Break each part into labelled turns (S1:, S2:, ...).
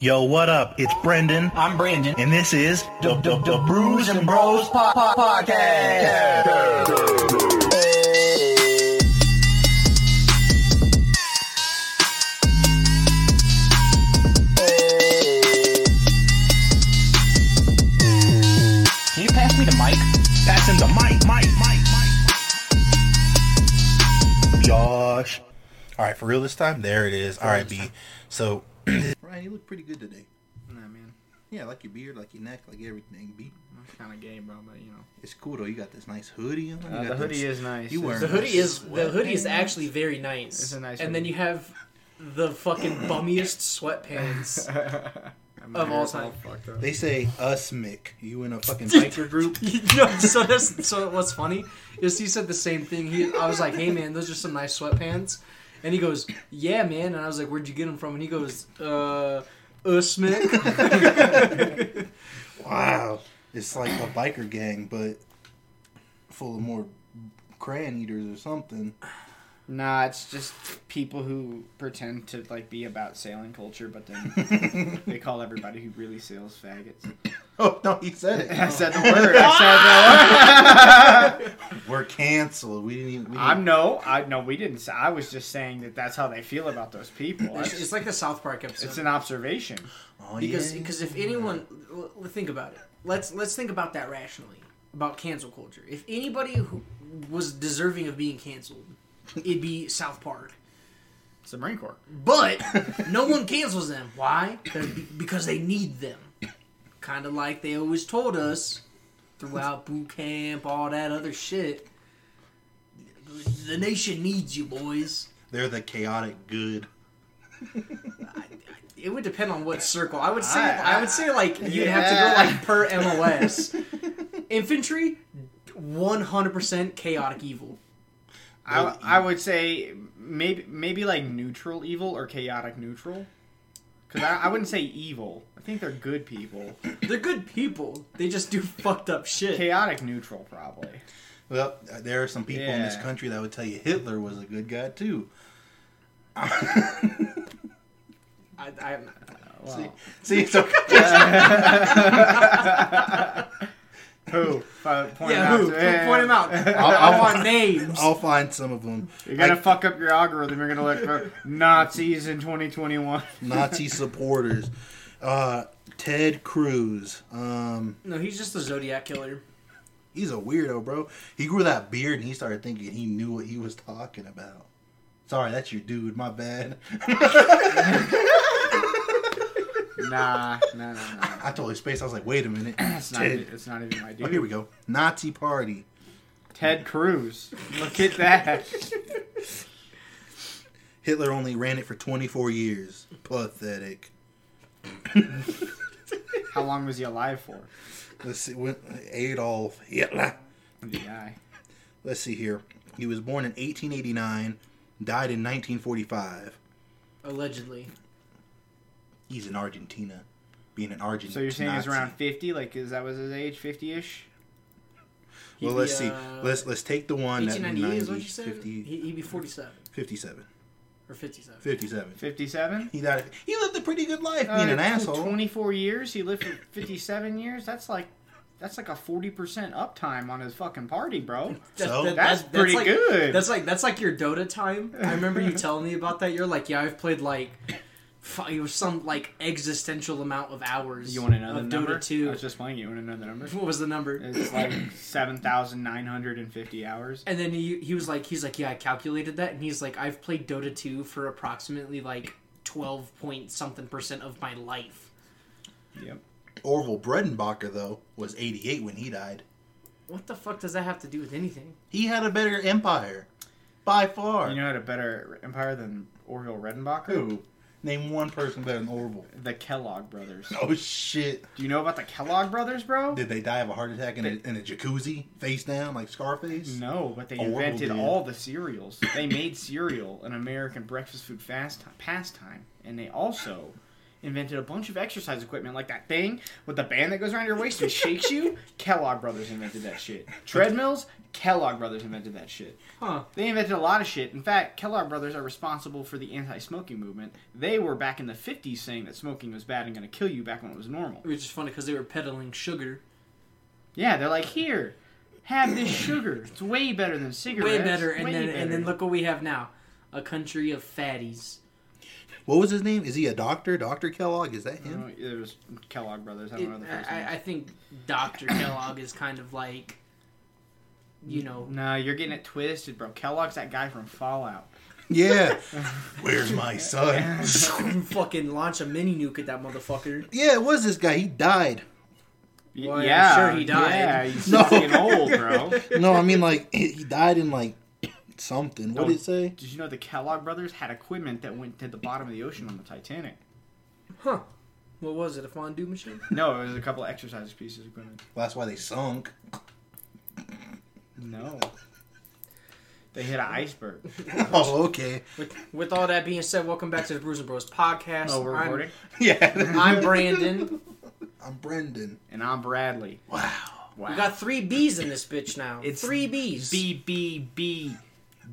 S1: Yo, what up? It's Brendan,
S2: I'm Brandon.
S1: and this is
S2: The, the, the Brews and Bros po- po- Podcast. Can you pass me the mic?
S1: Pass him the mic, mic, mic, mic. Josh. All right, for real this time? There it is. All right, B. So,
S3: Ryan, you look pretty good today.
S4: Nah, man.
S3: Yeah, I like your beard, like your neck, like everything. B,
S4: I'm kind of gay, bro, but you know.
S3: it's cool though. You got this nice hoodie on. You
S4: Uh,
S3: got
S4: the hoodie
S3: this-
S4: is nice.
S3: You
S4: It's-
S3: wearing
S5: The hoodie
S3: this
S5: is the hoodie is actually very nice.
S4: It's a nice
S5: And then
S4: hoodie.
S5: you have the fucking bummiest sweatpants.
S4: I'm
S5: Of all
S4: all
S5: time.
S4: fucked up.
S3: They say us Mick. You in a fucking biker group?
S5: You know, so that's so what's funny is he said the same thing. He I was like, "Hey man, those are some nice sweatpants," and he goes, "Yeah man," and I was like, "Where'd you get them from?" And he goes, "Uh, Usmick."
S3: Wow, it's like a biker gang, but full of more crayon eaters or something.
S4: Nah, it's just people who pretend to like be about sailing culture, but then they call everybody who really sails faggots.
S3: oh no, he said it.
S4: I said the word. I said the word.
S3: We're canceled. We didn't even. We didn't,
S4: I'm no, I no, we didn't. Say, I was just saying that that's how they feel about those people.
S5: it's,
S4: That's-
S5: it's like the South Park episode.
S4: it's an observation.
S3: oh,
S5: because
S3: yeah.
S5: because if anyone l- l- think about it let's let's think about that rationally about cancel culture if anybody who was deserving of being canceled it'd be south park
S4: It's the Marine Corps.
S5: but no one cancels them why 'Cause- because they need them kind of like they always told us throughout boot camp all that other shit the nation needs you boys
S3: they're the chaotic good.
S5: It would depend on what circle. I would say
S4: I-
S5: I, would say like you'd
S4: Yeah.
S5: have to go like per MOS. Infantry, one hundred percent chaotic evil.
S4: I, I would say maybe maybe like neutral evil or chaotic neutral. Because I, I wouldn't say evil. I think they're good people.
S5: They're good people. They just do fucked up shit.
S4: Chaotic neutral, probably.
S3: Well, there are some people in this
S4: Yeah.
S3: country that would tell you Hitler was a good guy too.
S5: I, I,
S4: Wow.
S3: See, so
S4: who? Uh, point
S5: yeah,
S4: him
S5: who?
S4: out. Yeah.
S5: Point them out.
S3: I'll-
S5: I want names.
S3: I'll find some of them.
S4: You're gonna fuck up your algorithm. You're gonna look for Nazis in 2021.
S3: Nazi supporters. Uh, Ted Cruz. Um,
S5: No, he's just a Zodiac killer.
S3: he's a weirdo, bro. He grew that beard and he started thinking he knew what he was talking about. Sorry, that's your dude. My bad.
S4: Nah, nah, nah, nah.
S3: I totally spaced. I was like, wait a minute.
S4: It's not. e,
S3: Ted.
S4: It's not even my
S3: Oh, here we
S4: dude.
S3: go. Nazi party.
S4: Ted Cruz. Look at that.
S3: Hitler only ran it for 24 years. Pathetic.
S4: How long was he alive for?
S3: Let's see. When, Adolf Hitler.
S4: Did he die?
S3: Let's see here. He was born in 1889, died in 1945.
S5: Allegedly,
S3: He's in Argentina. Being an Argentine.
S4: So you're saying he's around 50? Like, is that was his age? 50-ish?
S5: He'd
S3: Well, let's
S5: be,
S3: see.
S5: uh,
S3: Let's let's take the one that
S5: eighteen ninety eight
S3: 90,
S5: is what you said.
S3: 50,
S5: He, he'd be forty-seven
S3: 57.
S5: or fifty-seven.
S3: 57.
S4: 57?
S3: He died. He lived a pretty good life being an
S4: Uh,
S3: asshole.
S4: 24 years. He lived for 57 years. That's like, that's like a 40% uptime on his fucking party, bro.
S3: So?
S4: That's pretty
S5: like-
S4: good.
S5: That's like that's like your Dota time. I remember you telling me about that. You're like, yeah, I've played like fi- it was some like existential amount of hours.
S4: You want another
S5: of
S4: number?
S5: Dota two?
S4: I was just playing. You want another number?
S5: What was the number?
S4: It's like 7,950 hours.
S5: And then he he was like he's like yeah I calculated that and he's like I've played Dota two for approximately like twelve point something percent of my life.
S4: Yep.
S3: Orville Bredenbacher, though, was 88 when he died.
S5: What the fuck does that have to do with anything?
S3: He had a better empire. By far.
S4: You know, had a better empire than Orville Redenbacher?
S3: Who? Name one person better than Orville.
S4: The Kellogg brothers.
S3: Oh, shit.
S4: Do you know about the Kellogg brothers, bro?
S3: Did they die of a heart attack in a, in a jacuzzi, face down, like Scarface?
S4: No, but they
S3: Orville
S4: invented
S3: did.
S4: all the cereals. They made cereal an American breakfast food fast pastime, and they also invented a bunch of exercise equipment, like that thing with the band that goes around your waist and shakes you. Kellogg Brothers invented that shit. Treadmills, Kellogg Brothers invented that shit.
S5: Huh.
S4: They invented a lot of shit. In fact, Kellogg Brothers are responsible for the anti-smoking movement. They were back in the '50s saying that smoking was bad and going to kill you back when it was normal.
S5: Which is funny because they were peddling sugar.
S4: Yeah, they're like, here, have this sugar. It's way better than cigarettes.
S5: Way better, and
S4: Way
S5: then and then
S4: better."
S5: look what we have now: a country of fatties.
S3: What was his name? Is he a doctor? Doctor Kellogg? Is that
S4: I
S3: him?
S5: Uh,
S4: don't know, It was Kellogg Brothers. I
S5: It-
S4: don't know the first
S5: I,
S4: name.
S5: I think Doctor Kellogg is kind of like, you know,
S4: No, you're getting it twisted, bro. Kellogg's that guy from Fallout.
S3: Yeah. Where's my son?
S5: fucking launch a mini nuke at that motherfucker.
S3: yeah, it was this guy. He died.
S4: Y-
S5: Well, I'm
S4: yeah,
S5: sure he died.
S4: Yeah, he's
S3: No.
S4: fucking old, bro.
S3: No, I mean like he he died in like something. What did it
S4: Oh.
S3: say?
S4: Did you know the Kellogg brothers had equipment that went to the bottom of the ocean on the Titanic?
S5: Huh? What was it? A fondue machine?
S4: No, it was a couple of exercise pieces of equipment.
S3: Well, that's why they sunk.
S4: No. They hit an iceberg.
S3: Oh, okay.
S5: With, with all that being said, welcome back to the Bruising Bros podcast.
S4: Oh, we're
S5: I'm-
S4: recording?
S3: Yeah.
S5: I'm, Brandon.
S3: I'm Brendan.
S4: And I'm Bradley.
S3: Wow.
S4: Wow.
S5: We got three B's in this bitch now.
S4: It's
S5: three B's.
S4: B, B, B,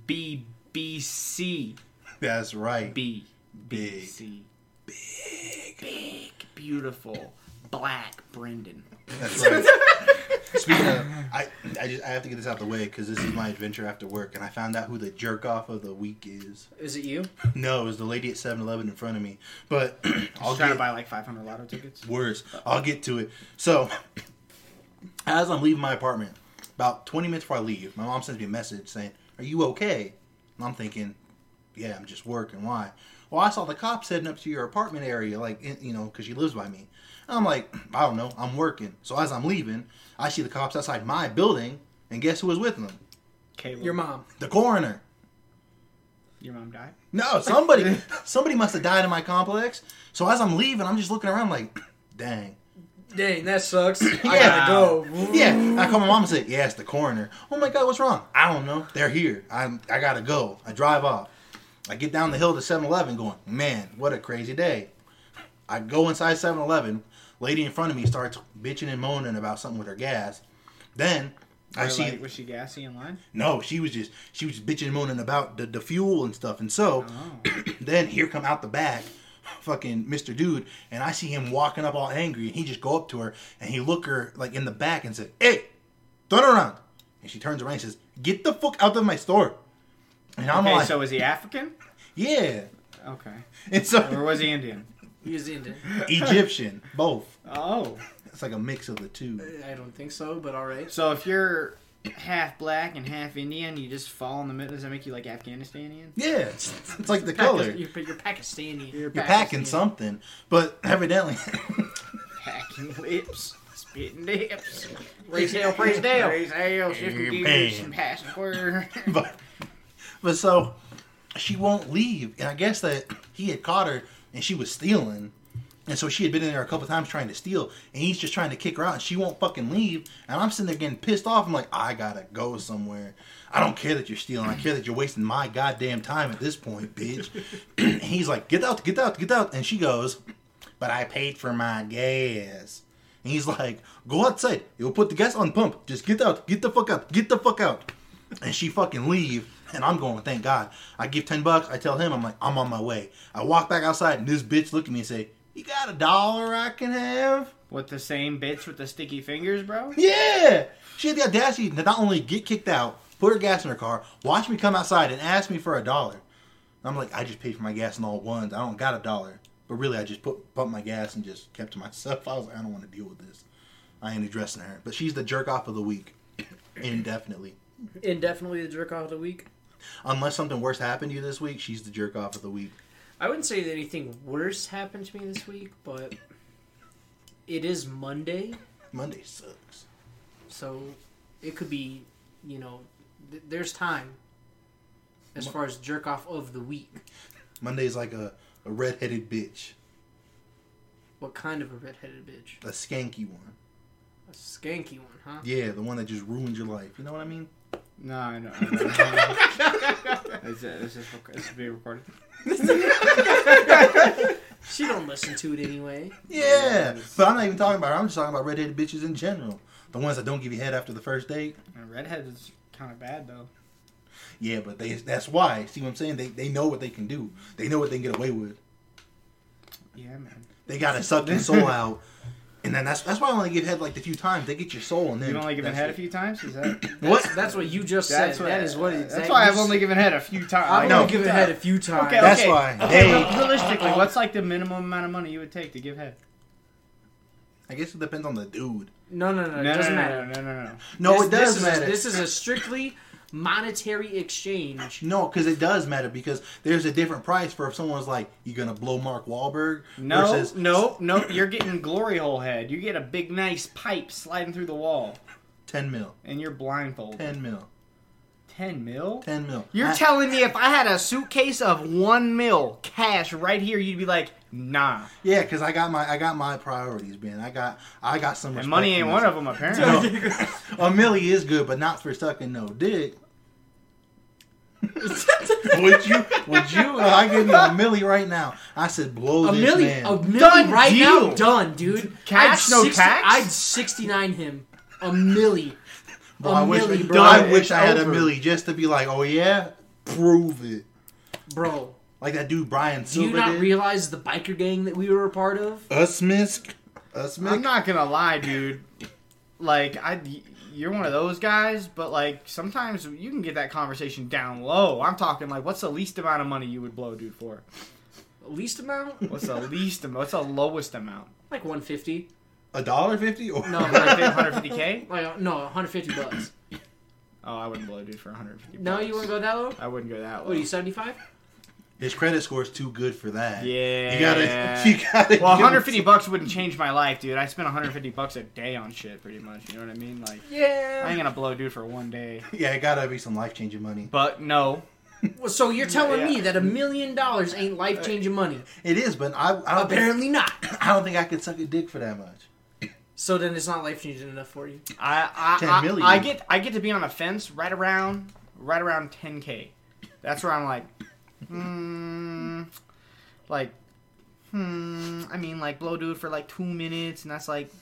S4: B, B, C,
S3: That's right.
S4: B, B,
S3: Big.
S4: C. Big. Big, beautiful, black Brendan.
S3: That's right. Speaking of, I, I just I have to get this out the way because this is my adventure after work, and I found out who the jerk off of the week is.
S5: Is it you?
S3: No, it was the lady at 7-Eleven in front of me, but I'll
S4: Just trying to
S3: get
S4: buy like 500 lotto tickets.
S3: worse. I'll get to it. So, as I'm leaving my apartment, about 20 minutes before I leave, my mom sends me a message saying, "Are you okay?" And I'm thinking, "Yeah, I'm just working. Why?" Well, I saw the cops heading up to your apartment area, like in- you know, because she lives by me. And I'm like, I don't know. I'm working. So as I'm leaving, I see the cops outside my building, and guess who was with them?
S4: Caleb.
S5: Your mom.
S3: The coroner.
S4: Your mom died?
S3: No, somebody somebody must have died in my complex. So as I'm leaving, I'm just looking around like, dang.
S5: Dang, that sucks. I
S3: Yeah.
S5: gotta go.
S3: Yeah. And I call my mom and say, Yeah, it's the coroner. Oh my god, what's wrong? I don't know. They're here. I'm I gotta go. I drive off. I get down the hill to 7 Eleven going, Man, what a crazy day. I go inside 7 Eleven, lady in front of me starts bitching and moaning about something with her gas. Then I
S4: Or,
S3: see
S4: like, was she gassy in line?
S3: no, she was just she was bitching and moaning about the, the fuel and stuff. And so
S4: Oh.
S3: then here come out the back, fucking Mr. Dude, and I see him walking up all angry, and he just go up to her and he look her like in the back and said, "Hey, turn around." And she turns around and says, "Get the fuck out of my store." And I'm
S4: okay,
S3: like,
S4: so is he African?
S3: "Yeah."
S4: Okay.
S3: And
S4: Or
S3: so
S4: was he Indian?
S5: He was Indian.
S3: Egyptian, both.
S4: Oh.
S3: It's like a mix of the two.
S5: I don't think so, but all right.
S4: So if you're half black and half Indian, you just fall in the middle. Does that make you like Afghanistanian?
S3: Yeah, it's, it's like the color.
S5: Pakistan- You're, you're Pakistani.
S3: You're packing something, but evidently
S4: Packing lips. Spitting lips.
S5: Raise hell,
S4: Praise
S5: praise
S4: Dale.
S5: hell.
S4: Praise Dale. Shifting
S3: Amen.
S4: gears and passing word.
S3: but but so she won't leave, and I guess that he had caught her and she was stealing, and so she had been in there a couple times trying to steal, and he's just trying to kick her out, and she won't fucking leave, and I'm sitting there getting pissed off. I'm like, I gotta go somewhere. I don't care that you're stealing. I care that you're wasting my goddamn time at this point, bitch. And he's like, get out, get out, get out, and she goes, but I paid for my gas. And he's like, go outside. You'll put the gas on pump. Just get out. Get the fuck out. Get the fuck out. And she fucking leave. And I'm going, thank God. I give 10 bucks. I tell him, I'm like, I'm on my way. I walk back outside and this bitch look at me and say, you got a dollar I can have?
S4: With the same bitch with the sticky fingers, bro?
S3: Yeah. She had the audacity to not only get kicked out, put her gas in her car, watch me come outside and ask me for a dollar. I'm like, I just paid for my gas in all ones. I don't got a dollar. But really, I just put pumped my gas and just kept to myself. I was like, I don't want to deal with this. I ain't addressing her. But she's the jerk off of the week indefinitely.
S5: Indefinitely the jerk off of the week.
S3: Unless something worse happened to you this week, she's the jerk off of the week.
S5: I wouldn't say that anything worse happened to me this week, but it is Monday,
S3: Monday sucks.
S5: so it could be, you know, th- there's time as far as jerk off of the week.
S3: Monday's like a, a redheaded bitch,
S5: What kind of a redheaded bitch?
S3: a skanky one.
S5: A skanky one, huh?
S3: Yeah, the one that just ruined your life. You know what I mean?
S4: No, I don't. I don't. is, it, is this rec- is this being recorded?
S5: She don't listen to it anyway.
S3: Yeah, but I'm not even talking about her. I'm just talking about redheaded bitches in general. The ones that don't give you head after the first date.
S4: And Uh, redhead is kind of bad though.
S3: Yeah, but they that's why. See what I'm saying? They they know what they can do. They know what they can get away with.
S4: Yeah, man.
S3: They gotta suck your soul out. And then that's that's why I only give head like the few times. They get your soul and then
S4: You've only given
S3: that's
S4: head
S3: it.
S4: a few times. Is that?
S3: What?
S5: That's what you just
S4: That's
S5: said.
S4: what.
S5: that is what it's.
S4: That's
S5: that
S4: why
S5: you
S4: I've
S5: s-
S4: only given head a few times.
S5: I've
S3: know.
S5: only given head a few times.
S4: Okay,
S3: That's
S4: okay.
S3: why.
S4: Okay,
S3: Hey.
S4: re- realistically, what's like the minimum amount of money you would take to give head?
S3: I guess it depends on the dude.
S5: No, no, no. It
S4: No, no,
S5: doesn't
S4: no,
S5: matter.
S4: no, no, no, no.
S3: No,
S5: This-
S3: it does
S5: this
S3: matter.
S5: Is a, this is a strictly monetary exchange.
S3: No, because it does matter because there's a different price for if someone's like, "You gonna blow Mark Wahlberg?"
S4: No,
S3: versus,
S4: no, no. You're getting glory hole head. You get a big, nice pipe sliding through the wall,
S3: ten mil,
S4: and you're blindfolded. Ten,
S3: ten mil,
S4: mil.
S3: ten mil.
S4: You're
S3: I-
S4: telling me if I had a suitcase of one mil cash right here, you'd be like, nah.
S3: yeah, because I got my I got my priorities, man. I got I got some.
S4: And money ain't one of them, apparently.
S3: A milli is good, but not for sucking no dick.
S5: a
S3: Would you? Would you? Uh, I give you a milli right now. I said, blow this
S5: million,
S3: man.
S5: a million
S4: Done
S5: right
S4: deal.
S5: now, done, dude.
S4: Cash,
S5: I'd
S4: no tax?
S5: I'd sixty-nine him. A milli.
S3: Bro,
S5: a
S3: I wish,
S5: milli,
S3: bro, I
S5: bro.
S3: wish I had a
S5: Over.
S3: milli just to be like, oh yeah, prove it.
S5: Bro,
S3: Like that dude Brian
S5: do
S3: Silver
S5: you not
S3: did.
S5: realize the biker gang that we were a part of?
S3: Us Misk. Us
S4: I'm
S3: Misk.
S4: not gonna lie, dude. Like I, you're one of those guys, but like sometimes you can get that conversation down low. I'm talking like, what's the least amount of money you would blow, dude, for?
S5: Least amount?
S4: What's the least? am- What's the lowest amount?
S5: Like one fifty.
S3: A dollar fifty or
S5: No, like,
S4: 150k?
S5: like, uh, no, one hundred fifty bucks.
S4: Oh, I wouldn't blow, dude, for 150.
S5: No, you wouldn't go that low.
S4: I wouldn't go that low.
S5: What are you seventy-five?
S3: His credit score's too good for that.
S4: Yeah.
S3: You gotta, you gotta.
S4: Well,
S3: give him-
S4: 150 bucks wouldn't change my life, dude. I spend 150 bucks a day on shit, pretty much. You know what I mean? Like, I ain't
S5: Yeah.
S4: gonna blow, dude, for one day.
S3: Yeah, it gotta be some life changing money.
S4: But no,
S5: Well, So you're telling
S4: Yeah.
S5: me that a million dollars ain't life-changing money?
S3: It is, but I, I don't think,
S5: Apparently not.
S3: I don't think I could suck a dick for that much.
S5: So then it's not life-changing enough for you.
S4: I
S3: 10
S4: I,
S3: million.
S4: I, I get I get to be on a fence right around right around 10k. That's where I'm like, hmm, like, hmm. I mean, like blow dude for like two minutes, and that's like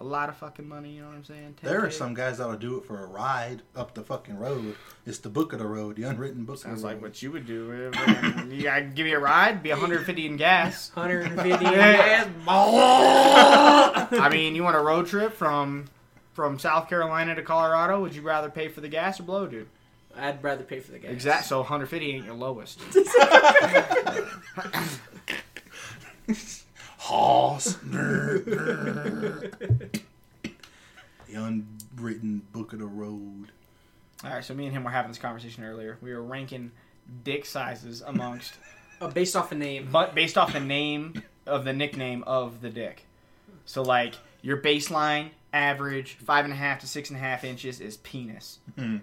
S4: a lot of fucking money. You know what I'm saying? 10K.
S3: There are some guys that'll do it for a ride up the fucking road. It's the book of the road, the unwritten book.
S4: Sounds
S3: of the
S4: like
S3: road.
S4: what you would do. You gotta give me a ride, be 150 in gas.
S5: 150
S4: Yeah.
S5: ass.
S4: I mean, you want a road trip from from South Carolina to Colorado? Would you rather pay for the gas or blow dude?
S5: I'd rather pay for the gas.
S4: Exact. So 150 ain't your lowest.
S3: Hoss. the unwritten book of the road.
S4: All right, so me and him were having this conversation earlier. We were ranking dick sizes amongst,
S5: Uh, based off a name.
S4: but based off the name of the nickname of the dick. So like your baseline average five and a half to six and a half inches is penis. And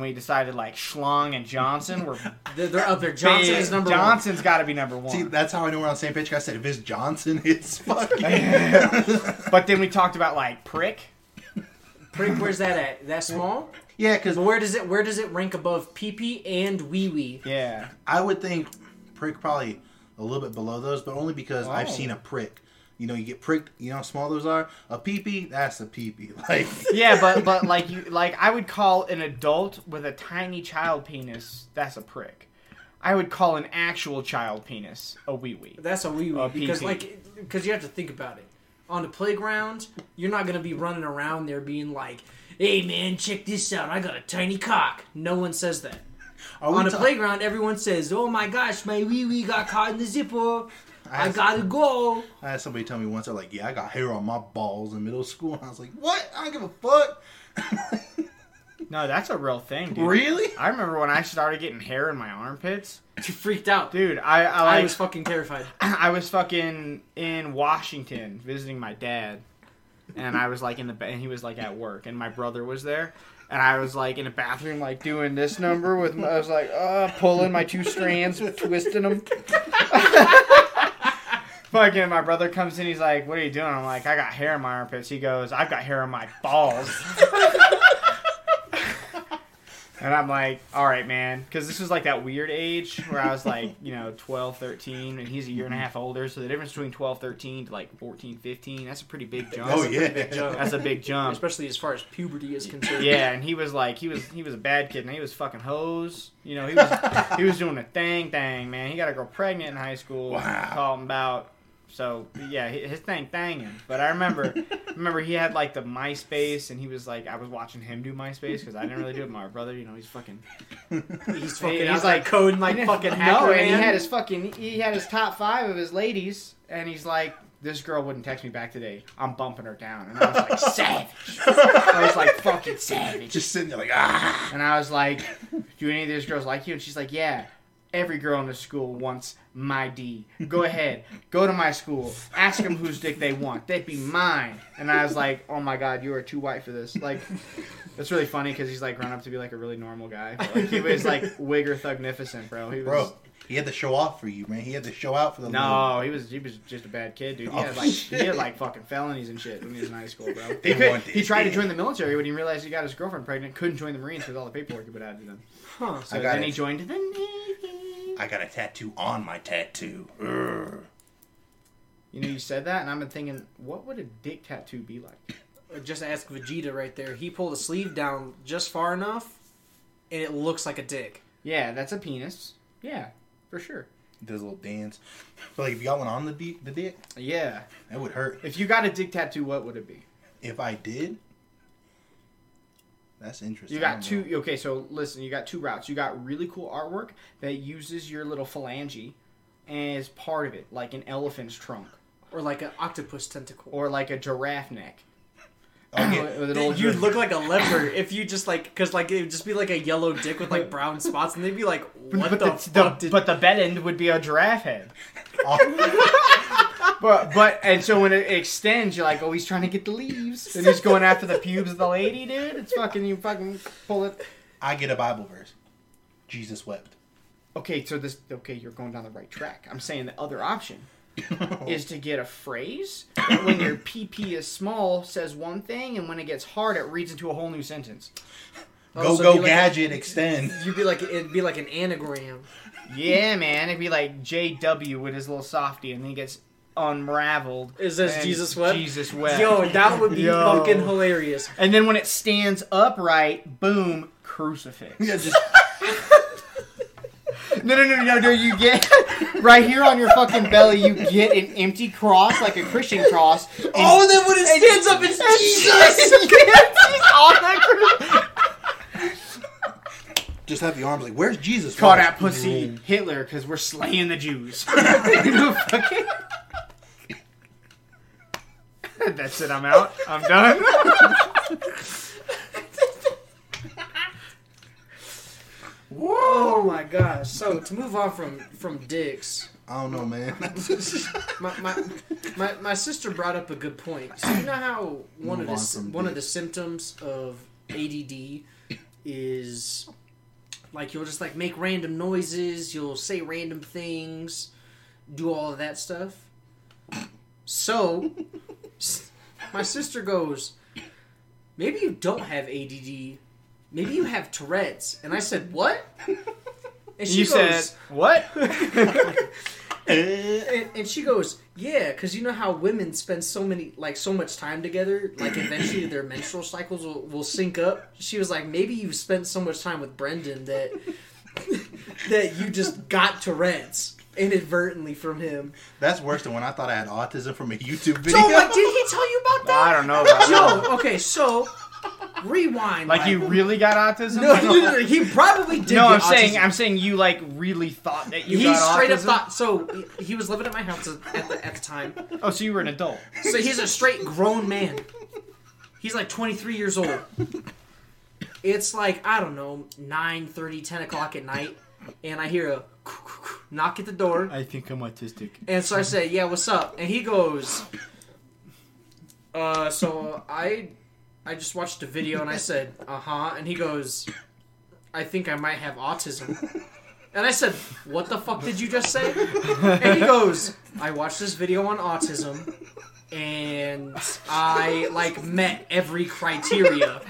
S4: we decided like Schlong and Johnson were
S5: They're, they're up there. Johnson
S4: big.
S5: is number one.
S4: Johnson's got to be number one.
S3: See, that's how I know we're on the same page. 'cause I said, if it's Johnson, it's fucking.
S4: but then we talked about like prick.
S5: Prick, where's that at? That small?
S3: yeah, because
S5: Where does it Where does it rank above PP and Wee Wee?
S4: Yeah.
S3: I would think prick probably a little bit below those, but only because I've
S4: Oh.
S3: seen a prick. You know, you get pricked. You know how small those are. A peepee, that's a peepee. Like,
S4: Yeah, but but like you like I would call an adult with a tiny child penis that's a prick. I would call an actual child penis a wee wee.
S5: That's a Wee Wee
S4: Uh,
S5: because
S4: PP.
S5: like because you have to think about it. On the playground, you're not gonna be running around there being like, "Hey man, check this out! I got a tiny cock." No one says that.
S3: are we
S5: On the
S3: ta-
S5: playground, everyone says, "Oh my gosh, my wee wee got caught in the zipper. I
S3: asked-
S5: gotta go."
S3: I had somebody tell me once. They're like, "Yeah, I got hair on my balls in middle school," and I was like, "What? I don't give a fuck."
S4: No, that's a real thing, dude.
S3: really?
S4: I remember when I started getting hair in my armpits.
S5: You freaked out.
S4: Dude, I I,
S5: I
S4: like,
S5: was fucking terrified.
S4: I was fucking in Washington visiting my dad, and I was like in the ba- and he was like at work, and my brother was there, and I was like in the bathroom like doing this number with my, I was like uh pulling my two strands, twisting them. Fucking, my brother comes in, he's like, "What are you doing?" I'm like, "I got hair in my armpits." He goes, "I've got hair in my balls." And I'm like, all right, man. Because this was like that weird age where I was like, you know, 12, 13, and he's a year and a half older. So the difference between 12, 13 to like 14, 15, that's a pretty big jump.
S3: Oh yeah.
S5: jump.
S4: That's a big jump.
S5: especially as far as puberty is concerned.
S4: Yeah, and he was like, he was he was a bad kid, and he was fucking hoes. You know, he was he was doing a thing thing, man. He got a girl pregnant in high school.
S3: Wow.
S4: Called him about. So yeah, hi- his thing thanging. But I remember, remember he had like the MySpace, and he was like, I was watching him do MySpace because I didn't really do it. My brother, you know, he's fucking
S5: he's fucking
S4: he's
S5: he's
S4: like-
S5: like coding like
S4: Yeah.
S5: fucking
S4: no,
S5: hacker.
S4: and he
S5: man.
S4: had his fucking he had his top five of his ladies, and he's like, "This girl wouldn't text me back today. I'm bumping her down." And I was like, "Savage!" I was like, "Fucking savage!"
S3: Just sitting there like ah.
S4: And I was like, "Do any of these girls like you?" And she's like, "Yeah." Every girl in the school wants my D. Go ahead, go to my school, ask them whose dick they want. They'd be mine. And I was like, "Oh my god, you are too white for this." Like, that's really funny because he's like grown up to be like a really normal guy. But, like, he was like wigger thugnificent, bro. He was,
S3: Bro, he had to show off for you, man. He had to show out for the love.
S4: No, he was he was just a bad kid, dude. He
S3: Oh,
S4: had like
S3: shit.
S4: he had like fucking felonies and shit when he was in high school, bro.
S3: They
S4: He, could,
S3: want
S4: he
S3: it.
S4: tried to join the military when he realized he got his girlfriend pregnant. Couldn't join the Marines because all the paperwork he put out to them.
S5: Huh.
S4: So
S3: I got
S4: then
S3: it.
S4: he joined the Navy.
S3: I got a tattoo on my tattoo. Urgh.
S4: You know, you said that, and I've been thinking, what would a dick tattoo be like?
S5: Just ask Vegeta right there. He pulled the sleeve down just far enough, and it looks like a dick.
S4: Yeah, that's a penis. Yeah, for sure.
S3: Does a little dance. But like if y'all went on the beat the dick,
S4: Yeah.
S3: that would hurt.
S4: If you got a dick tattoo, what would it be?
S3: If I did, that's interesting.
S4: You
S3: I
S4: got
S3: don't
S4: two. Okay, so listen, you got two routes. You got really cool artwork that uses your little phalange as part of it, like an elephant's trunk.
S5: Or like an octopus tentacle.
S4: or like a giraffe neck.
S3: know. Okay.
S4: With- with an old
S5: You'd look like a leopard if you just like, cause like it would just be like a yellow dick with like brown spots, and they'd be like, "What the, fuck did?"
S4: but the bed end would be a giraffe head.
S3: Oh,
S4: But but and so when it extends, you're like, oh, he's trying to get the leaves, and he's going after the pubes of the lady, dude. It's fucking you fucking pull it.
S3: I get a Bible verse. Jesus wept.
S4: Okay, so this okay, you're going down the right track. I'm saying the other option is to get a phrase that when your PP is small says one thing, and when it gets hard, it reads into a whole new sentence.
S3: Go
S5: Oh, so
S3: go
S5: you like-
S3: gadget extend.
S5: You'd be like, it'd be like an anagram.
S4: Yeah, man, it'd be like JW with his little softy, and then he gets unraveled.
S5: It says
S4: and
S5: Jesus wept?
S4: Jesus wept.
S5: Yo, that would be
S4: Yo.
S5: fucking hilarious.
S4: And then when it stands upright, boom, crucifix.
S3: Yeah, just
S4: No, no, no, no, no. You get right here on your fucking belly. You get an empty cross, like a Christian cross. And
S5: Oh, and then when it stands up, it's Jesus.
S4: Jesus is on that crucifix.
S3: just have the arms like, where's Jesus?
S4: Call
S3: wept?
S4: that
S3: Mm-hmm.
S4: pussy Hitler, because we're slaying the Jews. Fucking- That's it. I'm out. I'm done.
S5: Oh my gosh! So to move on from from dicks,
S3: I don't know, man.
S5: my my, my, my sister brought up a good point. So you know how one of the
S3: on
S5: s-
S3: from
S5: one of the
S3: dicks.
S5: symptoms of ADD is like you'll just like make random noises, you'll say random things, do all of that stuff. So s- my sister goes, "Maybe you don't have ADD. Maybe you have Tourette's." And I said, "What?" And she
S4: You said what?
S5: and, and she goes, "Yeah, because you know how women spend so many, like, so much time together. Like, eventually their menstrual cycles will, will sync up." She was like, "Maybe you've spent so much time with Brendan that that you just got Tourette's inadvertently from him."
S3: That's worse than when I thought I had autism from a YouTube video.
S5: Oh my! Did he tell you about that?
S4: I don't know. About that.
S5: Yo, okay, so rewind.
S4: Like you really got autism?
S5: No, no, no, he probably did.
S4: No,
S5: get
S4: I'm saying
S5: autism.
S4: I'm saying you like really thought that you
S5: He
S4: got
S5: straight up
S4: autism?
S5: thought so. he- He was living at my house at the, at the time.
S4: Oh, so you were an adult.
S5: So he's a straight grown man. He's like 23 years old. It's like, I don't know, 9, 10 o'clock at night. And I hear a knock at the door.
S4: I think I'm autistic.
S5: And so I say, yeah, what's up? And he goes, uh, so I, I just watched a video and I said, uh-huh. And he goes, I think I might have autism. And I said, what the fuck did you just say? And he goes, I watched this video on autism and I like met every criteria.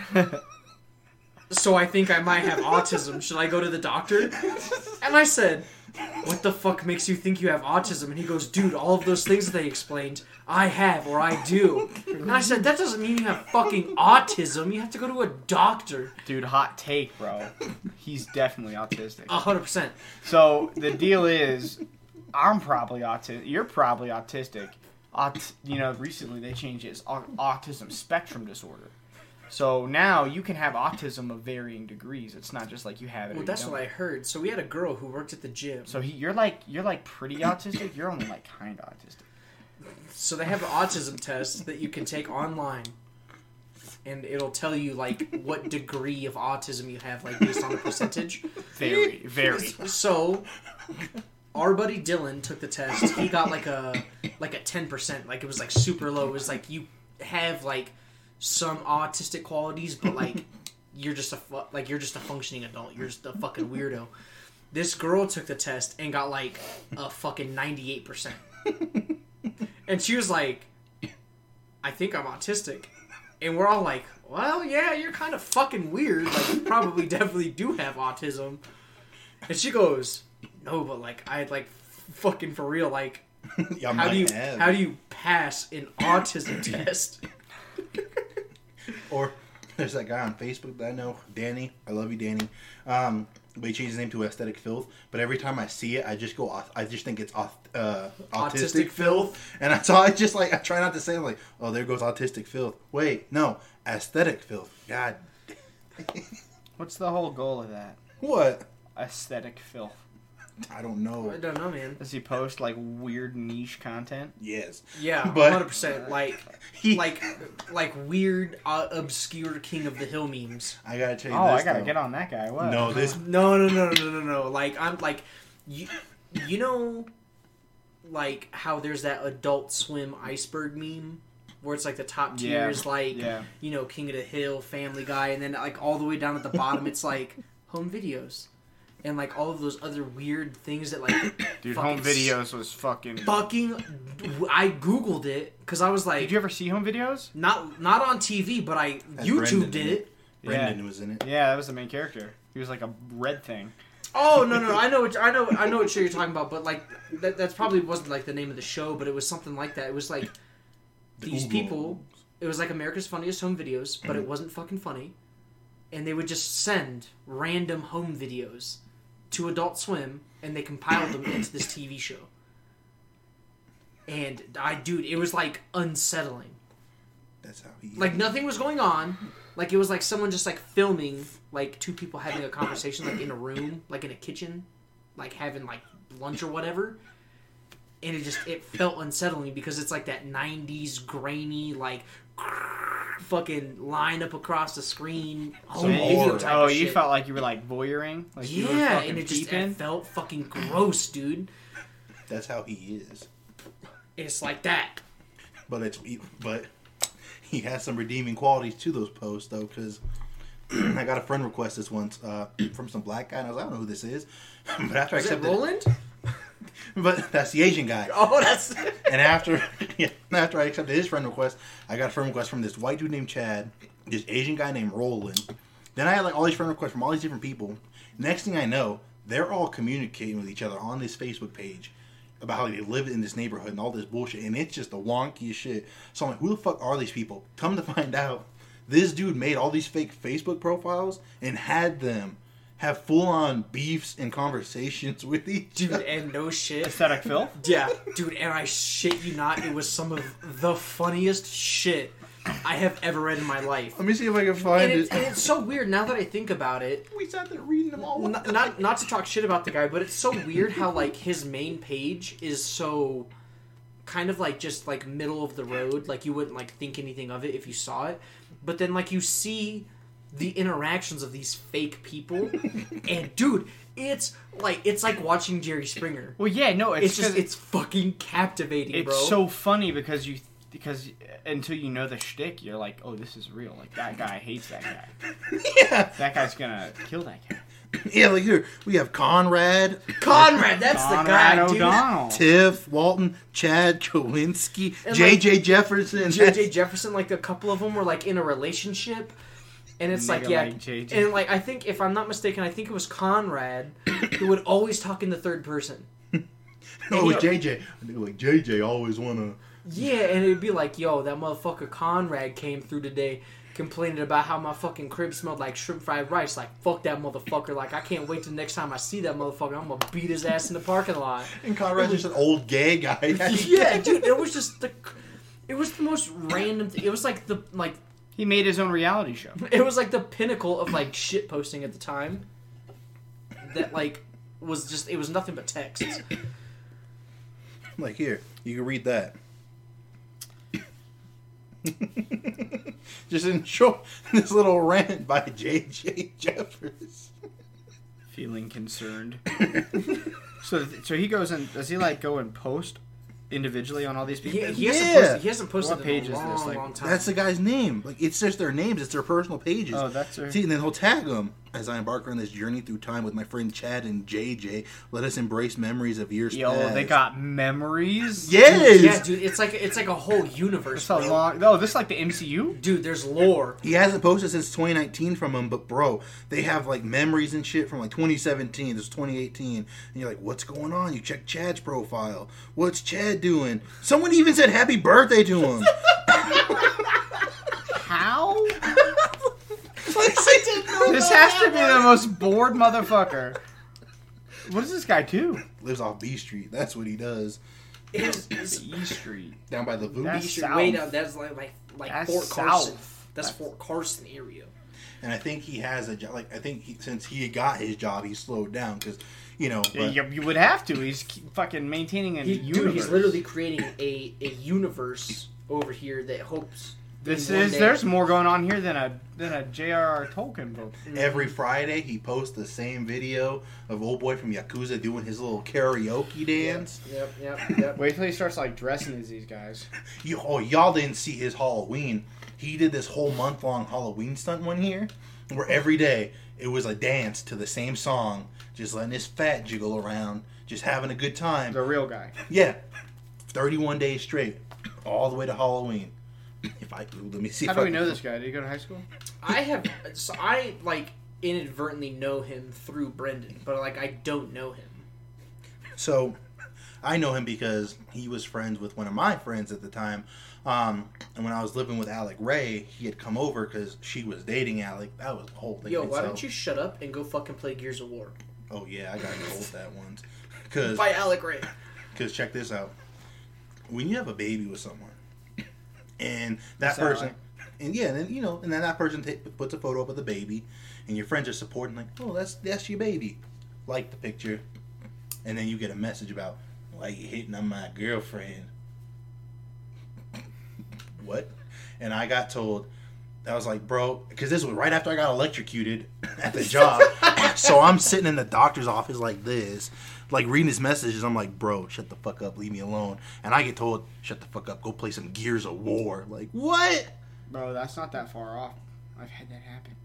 S5: so I think I might have autism. Should I go to the doctor? And I said, What the fuck makes you think you have autism? And he goes, Dude, all of those things that they explained, I have or I do. And I said, That doesn't mean you have fucking autism. You have to go to a doctor.
S4: Dude, hot take, bro. He's definitely autistic.
S5: A 100%.
S4: So the deal is, I'm probably autistic. You're probably autistic. Aut- you know, recently they changed it as au- autism spectrum disorder. So now you can have autism of varying degrees. It's not just like you have it.
S5: Well,
S4: or
S5: that's
S4: you
S5: what
S4: don't.
S5: I heard. So we had a girl who worked at the gym.
S4: So he, you're like you're like pretty autistic. You're only like kind of autistic.
S5: So they have an autism test that you can take online, and it'll tell you like what degree of autism you have, like based on the percentage.
S4: Very, very.
S5: So, our buddy Dylan took the test. He got like a like a ten percent. Like it was like super low. It was like you have like some autistic qualities, but like you're just a fu- like you're just a functioning adult. You're just a fucking weirdo. This girl took the test and got like a fucking ninety eight percent, and she was like, "I think I'm autistic," and we're all like. Well, yeah, you're kind of fucking weird. Like, you probably definitely do have autism. And she goes, "No, but like I like fucking for real. Like
S3: Y'all
S5: how
S3: might
S5: do you
S3: have.
S5: how do you pass an autism test?"
S3: Or there's that guy on Facebook that I know, Danny. I love you, Danny. Um, but he changed his name to Aesthetic Filth. But every time I see it, I just go. au- I just think it's auth, uh, autistic,
S5: Autistic
S3: filth. And I saw. I just like. I try not to say it, like, oh, there goes autistic filth. Wait, no, aesthetic filth. God,
S4: What's the whole goal of that?
S3: what?
S4: Aesthetic filth.
S3: I don't know.
S5: I don't know, man.
S4: Does he post like weird niche content?
S3: Yes,
S5: Yeah,
S3: But-
S5: hundred percent. Like
S3: he,
S5: like like weird uh, obscure King of the Hill memes.
S3: I gotta tell you.
S4: Oh,
S3: this,
S4: I gotta
S3: though.
S4: get on that guy. What?
S3: No, this.
S5: No, no, no, no, no, no. Like I'm like you you know like how there's that adult swim iceberg meme where it's like the top tier
S4: Yeah,
S5: is like
S4: yeah.
S5: you know King of the Hill, Family Guy, and then like all the way down at the bottom it's like home videos. And like all of those other weird things that like
S4: Dude,
S5: fucking
S4: home videos was fucking.
S5: fucking I googled it because I was like
S4: Did you ever see home videos?
S5: not not on TV but I
S3: Brendan
S5: YouTube
S3: did
S5: did it.
S3: Brendan was in it.
S4: Yeah, that was the main character. He was like a red thing.
S5: Oh no no I know what, I know I know what show you're talking about but like that that's probably wasn't like the name of the show but it was something like that it was like these
S3: Oogles.
S5: people it was like America's Funniest Home Videos but it wasn't fucking funny and they would just send random home videos to Adult Swim and they compiled them into this TV show and I dude it was like unsettling
S3: That's how he.
S5: like nothing was going on like it was like someone just like filming like two people having a conversation like in a room like in a kitchen like having like lunch or whatever and it just it felt unsettling because it's like that 90s grainy like fucking line up across the screen home
S3: Some
S5: video
S3: horror.
S5: type
S4: Oh,
S5: of
S4: you
S5: shit.
S4: felt like you were like voyeuring. Like you were
S5: yeah
S4: fucking
S5: and it just
S4: peeping?
S5: it felt fucking gross dude
S3: That's how he is.
S5: it's like that
S3: But it's but he has some redeeming qualities to those posts though, because I got a friend request this once uh, from some black guy, and I was like, I don't know who this is, but after I
S5: is it
S3: accepted,
S5: Roland
S3: but that's the Asian guy.
S5: oh that's
S3: And after yeah, after I accepted his friend request, I got a friend request from this white dude named Chad, this Asian guy named Roland. Then I had like all these friend requests from all these different people. Next thing I know, they're all communicating with each other on this Facebook page about how they live in this neighborhood and all this bullshit, and it's just the wonkiest shit. So I'm like, who the fuck are these people? Come to find out, this dude made all these fake Facebook profiles and had them have full on beefs and conversations with each
S5: dude and no shit
S4: Aesthetic filth.
S5: Yeah, dude, and I shit you not, it was some of the funniest shit I have ever read in my life.
S3: Let me see if I can find
S5: And, it, and it's so weird now that I think about it.
S3: we sat there reading them all.
S5: Not, not not to talk shit about the guy, but it's so weird how like his main page is so kind of like just like middle of the road. Like you wouldn't like think anything of it if you saw it, but then like you see the interactions of these fake people, and dude, it's like it's like watching Jerry Springer.
S4: Well, yeah, no, it's,
S5: It's just
S4: 'cause
S5: it's fucking captivating,
S4: it's
S5: bro.
S4: so funny because you because until you know the shtick, you're like, oh, this is real. Like that guy hates that guy.
S3: Yeah.
S4: That guy's gonna kill that guy.
S3: Yeah, like here we have Conrad,
S5: Conrad, that's
S4: Conrad
S5: the guy,
S4: O'Donnell.
S3: Tiff, Walton, Chad, Kowinski,
S5: And,
S3: JJ Jefferson.
S5: dude. JJ Jefferson, like a couple of them were like in a relationship, And it's like
S4: Nigga
S5: yeah,
S4: like JJ.
S5: and like I think if I'm not mistaken, I think it was Conrad who would always talk in the third person.
S3: No, it was JJ. And they were Like JJ always wanna.
S5: Yeah, and it'd be like, yo, that motherfucker Conrad came through today complaining about how my fucking crib smelled like shrimp fried rice. Like, fuck that motherfucker. Like, I can't wait till next time I see that motherfucker. I'm gonna beat his ass in the parking lot.
S3: And Conrad's just an old gay guy.
S5: yeah, dude, it was just the. It was the most random. Th- it was like the like
S4: He made his own reality show.
S5: it was like the pinnacle of like shit posting at the time. That like was just it was nothing but texts.
S3: Like here, you can read that. Just enjoy this little rant by J.J. Jeffers.
S4: Feeling concerned. so, th- so he goes and does he like go and post individually on all these people?
S5: He, he hasn't
S3: Yeah.
S5: posted, he hasn't posted
S4: What
S5: in
S4: page
S5: a
S4: is
S5: long,
S4: this? Like,
S5: long time.
S3: That's the guy's name. Like it's just their names. It's their personal pages.
S4: Oh, that's their-
S3: See, and then he'll tag them. As I embark on this journey through time with my friend Chad and JJ, let us embrace memories of years
S4: Yo,
S3: past.
S4: they got memories.
S3: yes.
S5: yeah, dude, it's like it's like a whole universe.
S4: It's a
S5: bro.
S4: long. No, this is like the MCU.
S5: Dude, there's lore.
S3: He hasn't posted since 2019 from him, but bro, they have like memories and shit from like 2017. This is 2018, and you're like, what's going on? You check Chad's profile. What's Chad doing? Someone even said happy birthday to him.
S4: How?
S3: I
S4: This has to be the most bored motherfucker. What does this guy do?
S3: Lives off B Street. That's what he does.
S5: It is, it's
S4: E Street.
S3: Down by the
S4: That's-
S3: Voodoo. Street.
S4: South.
S5: way down. That's like like, like
S4: That's
S5: Fort Carson.
S4: south.
S5: That's,
S4: That's-
S5: Fort Carson area.
S3: And I think he has a job. Like I think he, since he got his job, he slowed down because you know.
S4: Yeah,
S3: But,
S4: you, you would have to. He's k- fucking maintaining a
S5: He,
S4: universe.
S5: dude, he's literally creating a, a universe over here that hopes.
S4: This
S5: one
S4: is.
S5: day-
S4: There's more going on here than a than a J.R.R. Tolkien book.
S3: Every Friday, he posts the same video of old boy from Yakuza doing his little karaoke dance.
S5: Yep, yep, yep.
S4: Wait till he starts like dressing as these guys.
S3: You, oh, y'all didn't see his Halloween. He did this whole month long Halloween stunt one year where every day it was a dance to the same song, just letting his fat jiggle around, just having a good time.
S4: The real guy.
S3: Yeah. 31 days straight, all the way to Halloween. If I ooh, let me see.
S4: How
S3: if
S4: do
S3: I
S4: we
S3: can-
S4: know this guy? Did he go to high school?
S5: I have so I like inadvertently know him through Brendan, but like I don't know him.
S3: So I know him because he was friends with one of my friends at the time. Um, and when I was living with Alec Ray, he had come over because she was dating Alec. That was the whole thing.
S5: Yo,
S3: in
S5: why
S3: itself.
S5: don't you shut up and go fucking play Gears of War?
S3: Oh yeah, I got told that once. Cause,
S5: By Alec Ray.
S3: cause check this out. When you have a baby with someone, and that
S4: That's
S3: person,
S4: Alec.
S3: and yeah, and then you know, and then that person ta puts a photo up of the baby, and your friends are supporting, like, oh, that's that's your baby, like the picture, and then you get a message about why you hitting on my girlfriend. what? And I got told. I was like, bro, because this was right after I got electrocuted at the job. so I'm sitting in the doctor's office like this, like reading his messages. I'm like, bro, shut the fuck up, leave me alone. And I get told, shut the fuck up, go play some Gears of War. Like, what?
S4: Bro, that's not that far off. I've had that happen.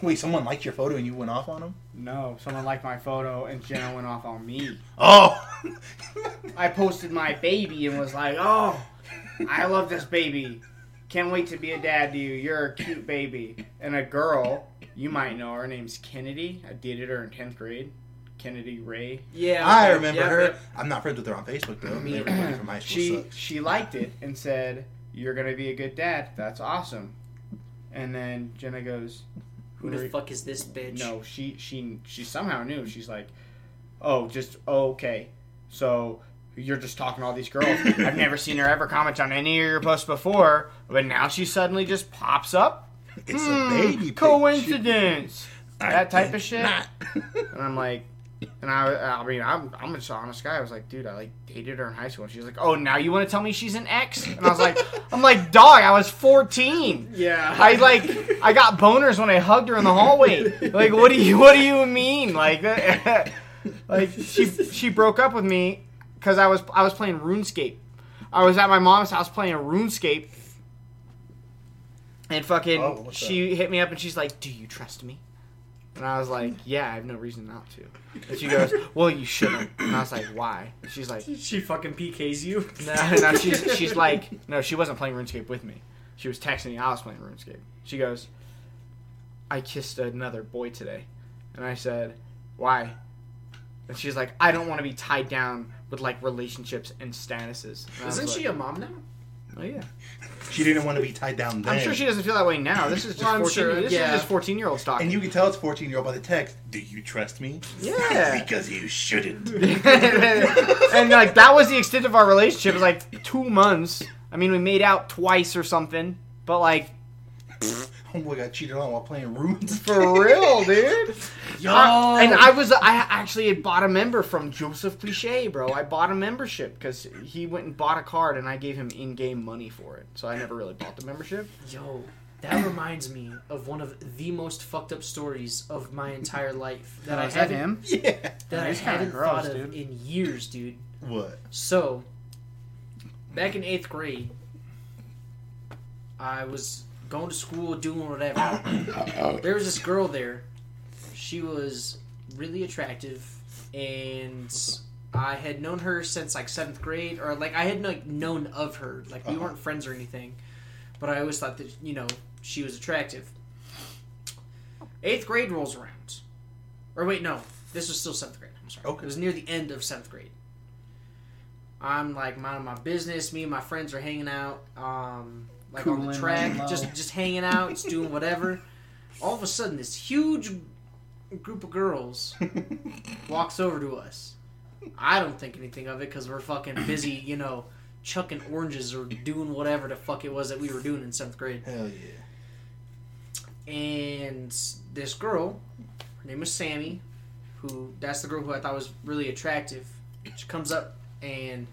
S3: Wait, someone liked your photo and you went off on him?
S4: No, someone liked my photo and Jenna went off on me.
S3: Oh,
S4: I posted my baby and was like, "Oh, I love this baby. Can't wait to be a dad to you. You're a cute baby." And a girl, you might know her, her name's Kennedy. I dated her in tenth grade. Kennedy Ray.
S5: Yeah,
S3: I
S5: okay,
S3: remember
S5: yeah,
S3: her.
S5: yeah.
S3: I'm not friends with her on Facebook though. Everybody from high school
S4: She
S3: sucks.
S4: she liked it and said, "You're gonna be a good dad. That's awesome." And then Jenna goes,
S5: Who the fuck is this bitch?
S4: No, she she she somehow knew. She's like, oh, just oh, okay. So you're just talking to all these girls. I've never seen her ever comment on any of your posts before, but now she suddenly just pops up.
S3: It's
S4: Hmm,
S3: a baby. picture.
S4: coincidence.
S3: I
S4: that type of
S3: did
S4: shit.
S3: not.
S4: And I'm like, and I I mean I'm I'm just an honest guy. I was like, dude, I like dated her in high school. And she's like, oh, now you want to tell me she's an ex? And I was like, I'm like, dog, I was 14.
S5: Yeah.
S4: I like I got boners when I hugged her in the hallway. Like what do you what do you mean? Like that- like she she broke up with me cuz I was I was playing RuneScape. I was at my mom's house playing RuneScape. And fucking
S3: Oh, what's
S4: she hit me up and she's like, "Do you trust me?" And I was like, "Yeah, I have no reason not to." And she goes, "Well, you shouldn't." And I was like, "Why?" And she's like,
S5: She fucking PKs you.
S4: no, no, she's she's like, no, she wasn't playing RuneScape with me. She was texting me. I was playing RuneScape. She goes, I kissed another boy today. And I said, Why? And she's like, I don't want to be tied down with like relationships and statuses. And I was
S5: Isn't
S4: like,
S5: she a mom now?
S4: Oh, yeah.
S3: She didn't want to be tied down then.
S4: I'm sure she doesn't feel that way now. This is just
S5: Well, I'm
S4: 14.
S5: sure,
S4: this
S5: yeah.
S4: is just 14 year old stock.
S3: And you can tell it's 14 year old by the text. Do you trust me?
S4: yeah.
S3: Because you shouldn't.
S4: and like that was the extent of our relationship. It was like two months. I mean, we made out twice or something, but like
S3: Homeboy got cheated on while playing runes.
S4: for real, dude.
S5: Yo,
S4: I- Uh, and I was I actually had bought a member from Joseph Cliche, bro. I bought a membership because he went and bought a card, and I gave him in-game money for it. So I never really bought the membership.
S5: Yo, that reminds me of one of the most fucked up stories of my entire life
S4: Oh,
S5: that I haven't
S3: yeah.
S5: that I
S4: That's kinda
S5: hadn't
S4: gross,
S5: thought of
S4: dude.
S5: in years, dude.
S3: What?
S5: So, back in eighth grade, I was going to school, doing whatever. there was this girl there. She was really attractive, and I had known her since like seventh grade, or like I had like known of her. Like
S4: Uh-huh.
S5: we weren't friends or anything, but I always thought that you know she was attractive. Eighth grade rolls around, or wait, no, this was still seventh grade. I'm sorry.
S3: Okay.
S5: It was near the end of seventh grade. I'm like minding my business. Me and my friends are hanging out, um, like on the
S4: Cooling
S5: track,
S4: down low.
S5: just just hanging out, just doing whatever. All of a sudden, this huge group of girls walks over to us. I don't think anything of it because we're fucking busy, you know, chucking oranges or doing whatever the fuck it was that we were doing in seventh grade
S3: Hell yeah.
S5: and this girl, her name was Sammy, who that's the girl who I thought was really attractive. She comes up and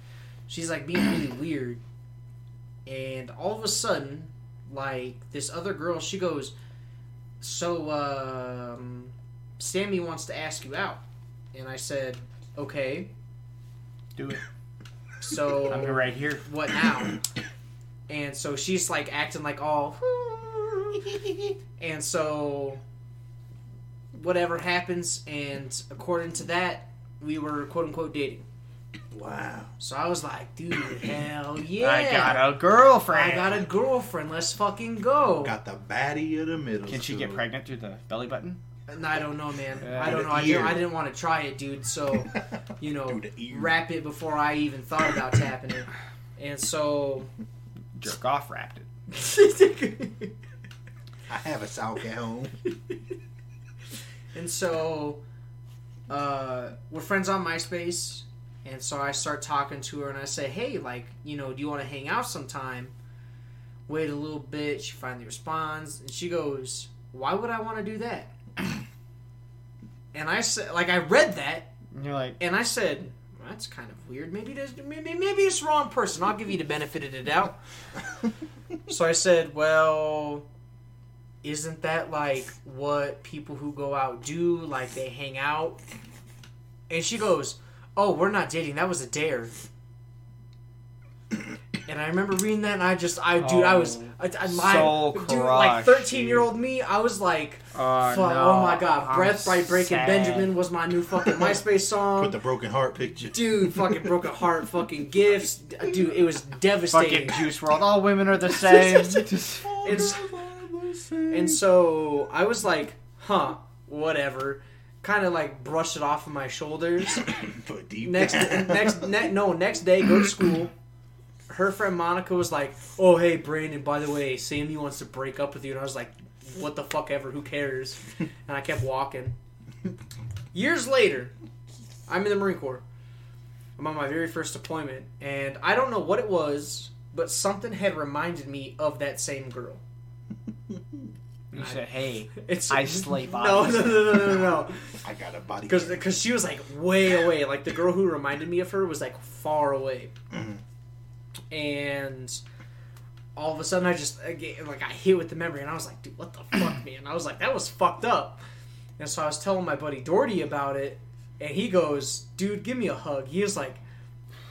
S5: she's like being really weird, and all of a sudden, like this other girl, she goes, "So, um, Sammy wants to ask you out," and I said, "Okay."
S4: Do it.
S5: So
S4: I'm right here.
S5: what now? and so she's like acting like all. and so whatever happens, and according to that, we were quote unquote dating.
S3: Wow.
S5: So I was like, dude, hell yeah.
S4: I got a
S5: I
S4: girlfriend.
S5: got a girlfriend. Let's fucking go.
S3: Got the baddie of the middle.
S4: Can she get
S3: school.
S4: pregnant through the belly button?
S5: And I don't know, man.
S4: Yeah.
S5: I
S3: Uh, The
S5: don't know. I didn't,
S3: ear.
S5: I didn't want to try it, dude. So, you know,
S3: Dude, the ear.
S5: wrap it before I even thought about tapping it. And so,
S4: Jerk off wrapped it.
S3: I have a sock at home.
S5: And so uh, we're friends on MySpace. And so I start talking to her and I say, hey, like, you know, do you want to hang out sometime? Wait a little bit. She finally responds. And she goes, why would I want to do that? and I said, like, I read that
S4: And you're like,
S5: and I said, well, that's kind of weird. Maybe there's maybe, maybe it's the wrong person. I'll give you the benefit of the doubt. so I said, well, isn't that like what people who go out do? Like they hang out. And she goes, oh, we're not dating. That was a dare. And I remember reading that, and I just, I, dude, I was, I, I, my,
S4: Oh, soul
S5: dude,
S4: crush,
S5: like thirteen-year-old me, I was like,
S4: oh,
S5: fuck,
S4: no,
S5: oh my god,
S4: I'm
S5: Breath by Breaking
S4: sad.
S5: Benjamin was my new fucking MySpace song
S3: With the broken heart picture.
S5: dude fucking broke a heart fucking gifts dude it was devastating
S4: Fucking Juice World. All women are the same. Just-
S5: It's- and so i was like huh whatever kind of like brush it off of my shoulders
S3: But deep
S5: next
S3: down.
S5: next ne- no next day go to school her friend monica was like oh hey brandon by the way sammy wants to break up with you and i was like what the fuck ever who cares and i kept walking years later i'm in the marine corps i'm on my very first deployment and i don't know what it was but something had reminded me of that same girl
S4: you said, hey,
S5: it's
S4: I slay bodies.
S5: no no no no no no
S3: I got a body.
S5: because because she was like way away. Like the girl who reminded me of her was like far away, and all of a sudden I just again, like I hit with the memory, and I was like, dude, what the fuck, man? I was like, that was fucked up. And so I was telling my buddy Doherty about it, and he goes, dude, give me a hug. He was like,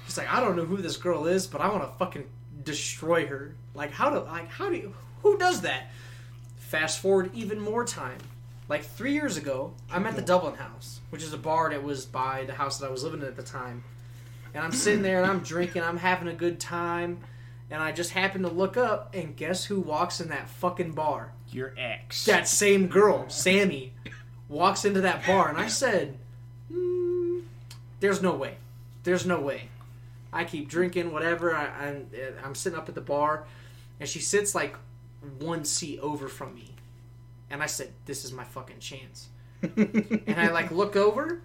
S5: he's like, I don't know who this girl is, but I want to fucking destroy her. Like how do like how do you, who does that? Fast forward even more time like three years ago, I'm at the Dublin House, which is a bar that was by the house that I was living in at the time. And I'm sitting there and I'm drinking, I'm having a good time. and I just happened to look up, and guess who walks in that fucking bar?
S4: Your ex.
S5: That same girl, Sammy, walks into that bar, and I said, "Mm, "There's no way. There's no way." I keep drinking, whatever. I, I'm, I'm sitting up at the bar, and she sits like one seat over from me, and I said, "This is my fucking chance." and I like look over,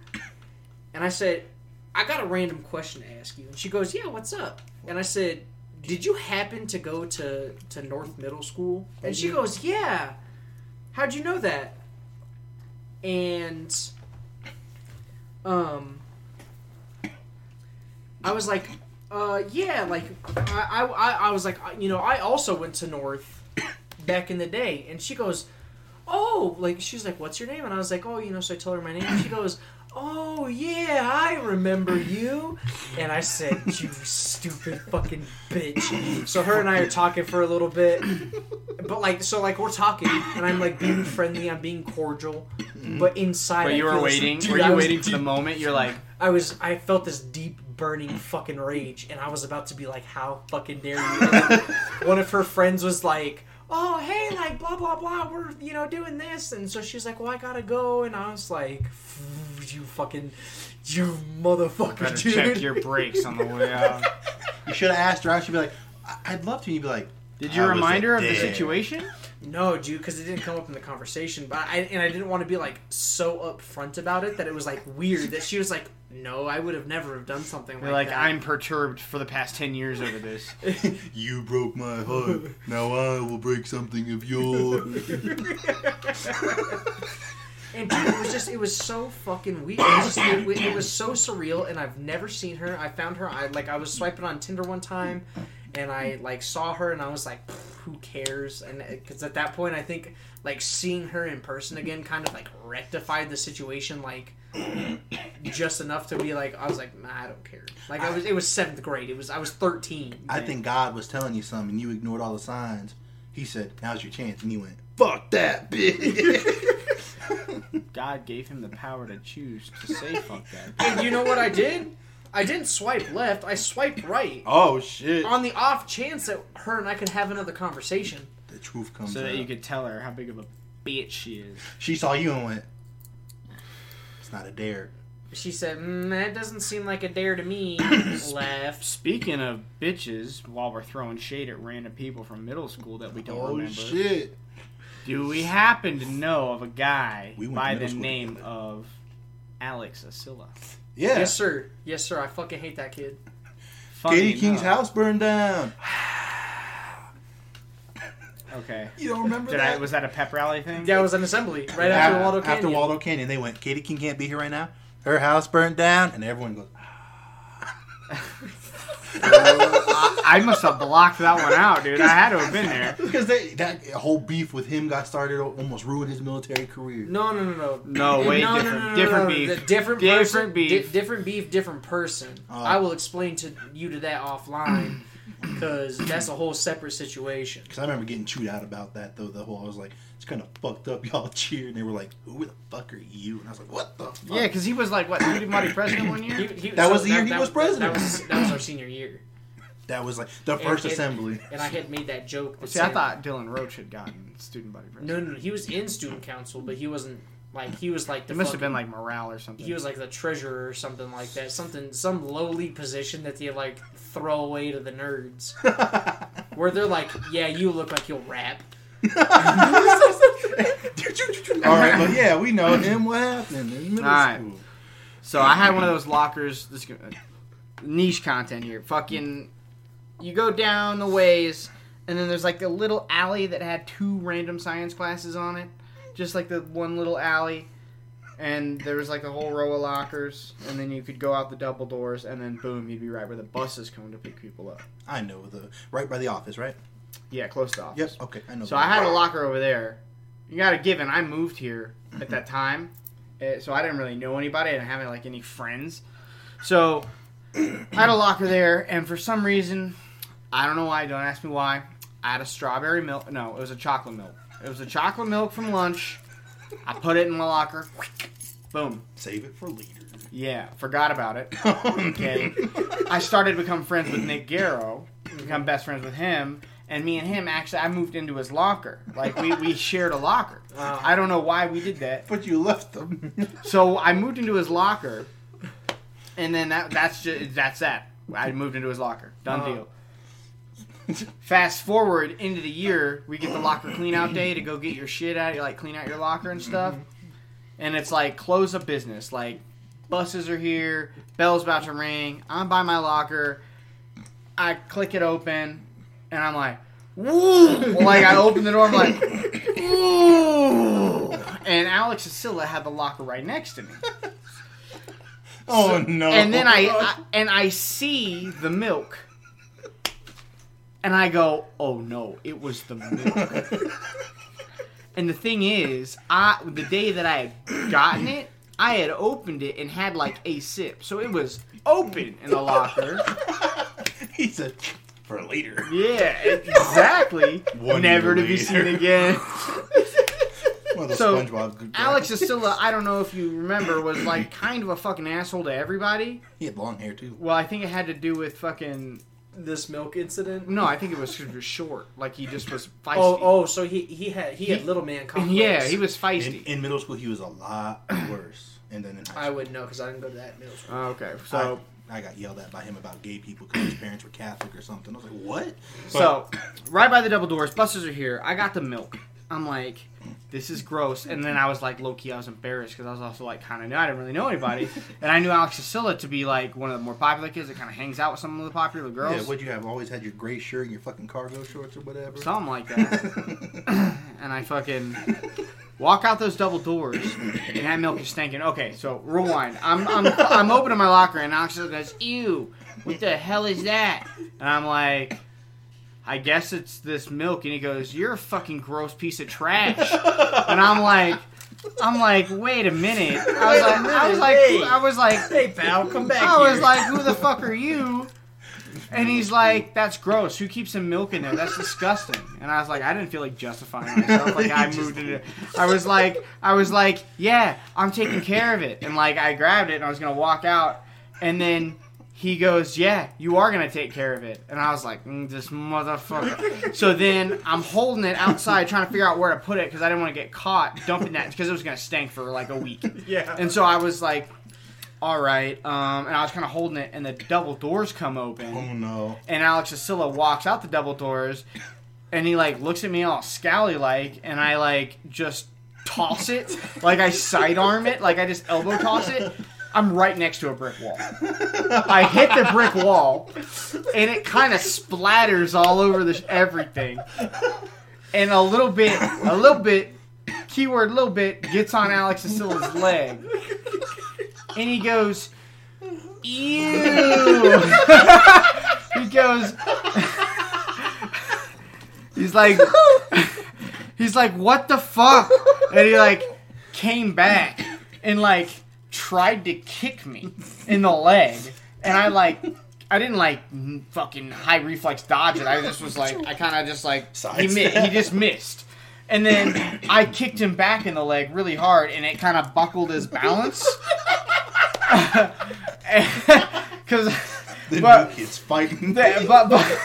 S5: and I said, "I got a random question to ask you." And she goes, "Yeah, what's up?" And I said, "Did you happen to go to to North Middle School?" And she goes, "Yeah." How'd you know that? And um, I was like, uh, yeah, like I, I, I was like, you know, I also went to North back in the day, and she goes, oh, like she's like, what's your name? And I was like, oh, you know, so I told her my name. and She goes, oh yeah, I remember you. And I said, you stupid fucking bitch. So her and I are talking for a little bit, but like, so like we're talking, and I'm like being friendly, I'm being cordial, but inside,
S4: But
S5: I
S4: you were
S5: feel this-
S4: waiting.
S5: Dude,
S4: were you
S5: I was-
S4: waiting for the moment? You're like,
S5: I was I felt this deep burning fucking rage and I was about to be like, How fucking dare you? One of her friends was like, Oh hey, like blah blah blah, we're you know, doing this and so she's like, Well I gotta go and I was like you fucking you motherfucker
S4: better
S5: dude.
S4: check your brakes on the way out.
S3: You should have asked her out. She'd be like, I- "I'd love to." And you'd be like,
S4: Did you
S1: I was
S4: remind
S1: a
S4: her of the
S1: dick.
S4: situation?
S5: No, dude, because it didn't come up in the conversation. But I and I didn't want to be like so upfront about it that it was like weird that she was like, "No, I would have never have done something
S4: You're
S5: like
S4: like,
S5: that."
S4: I'm perturbed for the past ten years over this.
S3: "You broke my heart. now I will break something of yours."
S5: And dude, it was just, it was so fucking weird. It was, just- it, wa- it was so surreal, and I've never seen her. I found her, I like, I was swiping on Tinder one time, and I like saw her, and I was like, "Pff, who cares? And because at that point, I think like seeing her in person again kind of like rectified the situation, like just enough to be like, I was like, nah, I don't care. Like I was, it was seventh grade. It was, I was thirteen.
S3: I think God was telling you something, and you ignored all the signs. He said, "Now's your chance," and you went, "Fuck that, bitch."
S4: God gave him the power to choose to say fuck that.
S5: And you know what I did? I didn't swipe left. I swiped right.
S3: oh shit!
S5: on the off chance that her and I could have another conversation.
S3: The truth comes
S4: So
S3: out.
S4: that you could tell her how big of a bitch she is.
S3: She saw you and went, "It's not a dare."
S5: She said, mm, "That doesn't seem like a dare to me." Left.
S4: Speaking of bitches, while we're throwing shade at random people from middle school that we don't
S3: Oh,
S4: remember, do we happen to know of a guy
S3: We went to
S4: by
S3: middle
S4: the
S3: school
S4: name
S3: together.
S4: of Alex Asilla?
S3: Yeah. Mm-hmm.
S5: Yes, sir. Yes, sir. I fucking hate that kid.
S4: Funny
S3: Katie King's
S4: enough-
S3: house burned down.
S4: Okay.
S3: You don't remember
S4: Did
S3: that?
S4: I, was that a pep rally thing?
S5: That was an assembly right
S3: Af-
S5: after Waldo Canyon.
S3: after Waldo Canyon, they went. Katie King can't be here right now. Her house burned down, and everyone goes.
S4: I must have blocked that one out, dude. I had to have been there.
S3: Because they that whole beef with him got started, almost ruined his military career.
S5: No, no, no, no.
S4: No, way
S5: no,
S4: different.
S5: no, no, no,
S4: different
S5: no, no.
S4: beef.
S5: The different, person,
S4: different
S5: di-
S4: beef.
S5: different beef, different person.
S3: Oh.
S5: I will explain to you to that offline because that's a whole separate situation.
S3: Because I remember getting chewed out about that though. The whole I was like, it's kind of fucked up. Y'all cheered, and they were like, "Who the fuck are you?" And I was like, "What the fuck?"
S4: yeah, because he was like what, duty mighty president one
S5: He-
S4: year.
S5: he-
S3: That was the year he was president.
S5: That was, that was our senior year,
S3: that was like the first
S5: and-
S3: assembly.
S5: and I had made that joke. that
S4: See, I
S5: said-
S4: thought Dylan Roach had gotten student body president.
S5: No, no, no, he was in student council, but he wasn't like he was like the
S4: it must have
S5: fucking-
S4: been like morale or something.
S5: he was like the treasurer or something like that, something some lowly position that they like throw away to the nerds, where they're like, yeah, you look like you'll rap.
S3: All right, well, yeah, we know him. What happened in middle
S4: All right.
S3: school?
S4: So I had one of those lockers. This is gonna- uh, niche content here. Fucking, you go down the ways, and then there's like a little alley that had two random science classes on it, just like the one little alley. And there was like a whole row of lockers, and then you could go out the double doors, and then boom, you'd be right where the buses come to pick people up.
S3: I know the right by the office, right?
S4: Yeah, close to the office.
S3: Yes. Okay, I know.
S4: So I had a locker over there. You got to give and I moved here at that time, eh, so I didn't really know anybody. I didn't have like any friends. So I had a locker there, and for some reason, I don't know why. Don't ask me why. I had a strawberry milk. No, it was a chocolate milk. It was a chocolate milk from lunch. I put it in my locker. Boom.
S3: save it for later.
S4: Yeah, forgot about it. Okay. I started to become friends with Nick Garrow, become best friends with him. And me and him actually, I moved into his locker. Like we, we shared a locker.
S5: Wow.
S4: I don't know why we did that.
S3: But you left them.
S4: So I moved into his locker, and then that, that's just that's that. I moved into his locker. Done
S5: Uh-huh.
S4: deal. Fast forward into the year, we get the locker clean out day to go get your shit out, like clean out your locker and stuff. And it's like close of business. Like buses are here, bell's about to ring. I'm by my locker. I click it open, and I'm like, woo! Like I open the door, I'm like, woo! And Alex Asilla had the locker right next to me
S3: oh no.
S4: and then I, I and I see the milk, and I go, "Oh no, it was the milk." and the thing is, I the day that I had gotten it, I had opened it and had like a sip, so it was open in the locker.
S3: he said for later.
S4: Yeah, exactly.
S1: One
S4: Never to
S1: year
S4: be seen
S1: later.
S4: again.
S3: One of those
S4: So,
S3: SpongeBob. good
S4: Alex
S3: guys.
S4: Asilla, I don't know if you remember, was like kind of a fucking asshole to everybody.
S3: He had long hair too.
S4: Well, I think it had to do with fucking
S5: This milk incident.
S4: No, I think it was 'cause he was short. Like he just was feisty.
S5: Oh, oh, so he he had he had little man complex.
S4: yeah, he was
S3: In,
S4: feisty.
S3: in middle school, he was a lot worse. And then in high
S5: I
S3: school,
S5: wouldn't know because I didn't go to that middle school.
S4: Oh, okay, so
S3: I, I got yelled at by him about gay people because his parents were Catholic or something. I was like, what?
S4: so right by the double doors, buses are here. I got the milk. I'm like, this is gross. And then I was like, low key, I was embarrassed because I was also like kind of new. I didn't really know anybody, and I knew Alex Cecilia to be like one of the more popular kids that kind of hangs out with some of the popular
S3: Yeah,
S4: girls,
S3: would you have always had your gray shirt and your fucking cargo shorts or whatever?
S4: something like that. and I fucking walk out those double doors, and that milk is stinking. Okay, so rewind. I'm I'm I'm opening my locker, and Alex goes, "Ew, what the hell is that?" And I'm like, "I guess it's this milk." And he goes, "You're a fucking gross piece of trash." And I'm like. I'm like, wait a minute. I was
S5: Wait a
S4: like, I was
S5: minute,
S4: like,
S5: hey.
S4: I was like,
S5: Hey pal, come back.
S4: I was
S5: here.
S4: Oh, like, who the fuck are you? And he's like, that's gross. Who keeps some milk in there? That's disgusting. And I was like, I didn't feel like justifying myself. Like I moved it. I was like, I was like, yeah, I'm taking care of it. And like I grabbed it and I was gonna walk out. And then he goes, yeah, you are gonna take care of it. And I was like, mm, this motherfucker. So then I'm holding it outside, trying to figure out where to put it because I didn't want to get caught dumping that because it was gonna stink for like a week.
S5: yeah.
S4: And so I was like, all right. Um, and I was kind of holding it, and the double doors come open,
S3: Oh no.
S4: and Alex Asilla walks out the double doors, and he like looks at me all scowly like, and I like just toss it, like I sidearm it, like I just elbow toss it. I'm right next to a brick wall. I hit the brick wall, and it kind of splatters all over the everything, and a little bit, a little bit, keyword little bit gets on Alex Asilla's leg, and he goes, "Ew." he goes, he's like, he's like, what the fuck? And he like came back and like tried to kick me in the leg, and I like. I didn't like n- fucking high reflex dodge it. I just was like, I kind of just like he, mi- he just missed, and then I kicked him back in the leg really hard, and it kind of buckled his balance. Because,
S3: The
S4: but
S3: new kids fighting.
S4: that- but, but,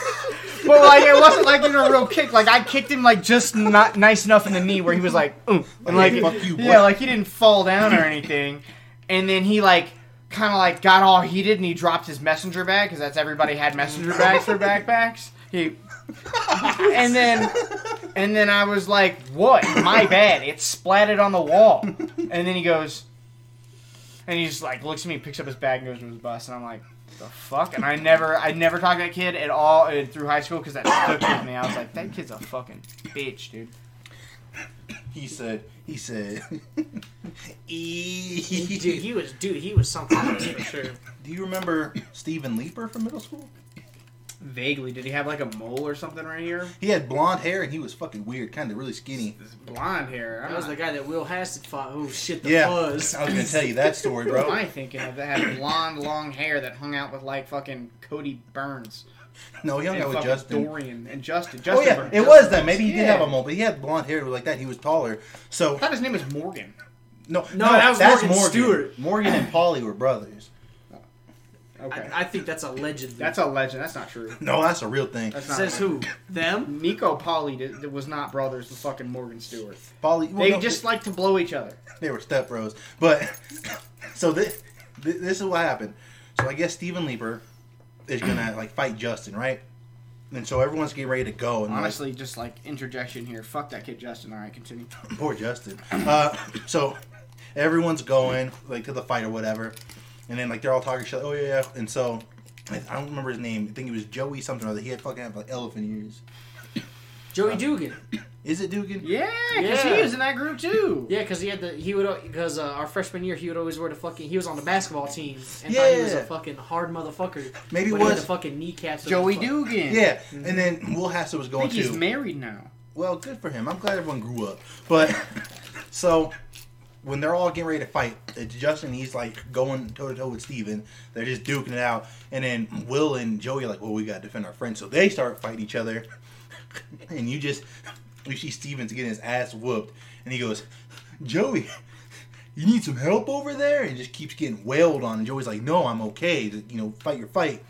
S4: but like it wasn't like even a real kick. Like I kicked him like just not nice enough in the knee where he was like, ooh, and like
S3: Like, fuck you,
S4: yeah,
S3: boy.
S4: like he didn't fall down or anything. And then he like kind of like got all heated and he dropped his messenger bag because that's everybody had messenger bags for backpacks. He and then and then I was like, what? My bad. It splatted on the wall. And then he goes. And he just like looks at me, picks up his bag, and goes to his bus, and I'm like, the fuck? And I never, I never talked to that kid at all uh, through high school because that stuck with me. I was like, that kid's a fucking bitch, dude.
S3: he said. He said.
S5: dude,
S3: Do
S5: he was dude, he was something else for sure.
S3: you remember Stephen Leeper from middle school?
S4: Vaguely, did he have like a mole or something right here?
S3: He had blonde hair and he was fucking weird, kind of really skinny.
S4: This blonde hair.
S5: That was the guy that Will Hastert fought. Oh shit, the
S3: Yeah,
S5: fuzz.
S3: I was gonna tell you that story,
S4: What am
S3: bro.
S4: I thinking of that had blonde, long hair that hung out with like fucking Cody Burns
S3: No, he hung
S4: and
S3: out with
S4: fucking
S3: Justin.
S4: Dorian and Justin.
S3: Oh
S4: Justin
S3: yeah,
S4: Burns.
S3: it was that. Maybe he did
S4: Yeah.
S3: have a mole, but he had blonde hair like that. He was taller. So
S4: I thought his name was Morgan.
S3: no,
S5: No, that was Morgan Stewart.
S3: Morgan and Polly were brothers.
S4: Okay.
S5: I, I think that's allegedly.
S4: that's a legend. That's not true.
S3: No, that's a real thing.
S4: That's not.
S5: says who them.
S4: Nico Polly did, was not brothers with fucking Morgan Stewart.
S3: Polly, well,
S4: They
S3: no,
S4: just like to blow each other.
S3: they were step bros. But so this this is what happened. So I guess Steven Lieber is gonna like fight Justin, right? And so everyone's getting ready to go. And like,
S4: Honestly, just like interjection here. Fuck that kid Justin. All right, continue.
S3: Poor Justin. Uh, so everyone's going like to the fight or whatever, and then like they're all talking shit. Oh yeah, yeah. And so I I don't remember his name. I think it was Joey something or other. He had fucking have, like elephant ears.
S5: Joey Dugan.
S3: Is it Dugan?
S4: Yeah, because
S5: Yeah.
S4: he was in that group too.
S5: Yeah, because he had the he would because uh, our freshman year he would always wear the fucking he was on the basketball team and thought he was a
S3: Yeah.
S5: fucking hard motherfucker.
S3: Maybe
S5: but
S3: it
S5: he had
S3: was-
S5: the fucking kneecaps. of
S4: Joey
S5: the fuck-
S4: Dugan.
S3: Yeah. And then Will Hassett was
S4: I
S3: going
S4: think he's
S3: too.
S4: married now.
S3: well, good for him. I'm glad everyone grew up. But so when they're all getting ready to fight, it's Justin. He's like going toe to toe with Steven. They're just duking it out. And then Will and Joey are like, well, we got to defend our friends. So they start fighting each other. and you just, you see Steven's getting his ass whooped. And he goes, Joey, you need some help over there? And just keeps getting wailed on. And Joey's like, no, I'm okay. You know, fight your fight.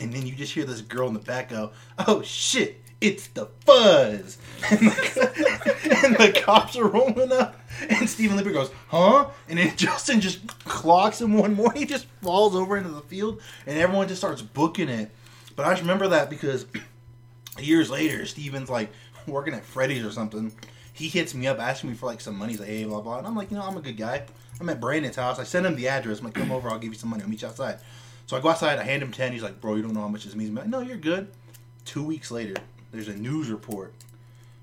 S3: And then you just hear this girl in the back go, oh shit. It's the fuzz, and the, and the cops are rolling up, and Steven Lipper goes, "Huh?" And then Justin just clocks him one more. He just falls over into the field, and everyone just starts booking it. But I just remember that because years later, Steven's like working at Freddy's or something. He hits me up asking me for like some money. He's like, hey, blah, blah. And I'm like, you know, I'm a good guy. I'm at Brandon's house. I send him the address. I'm like, come over. I'll give you some money. I'll meet you outside. So I go outside. I hand him 10. He's like, bro, you don't know how much this means. I'm like, no, you're good. Two weeks later, there's a news report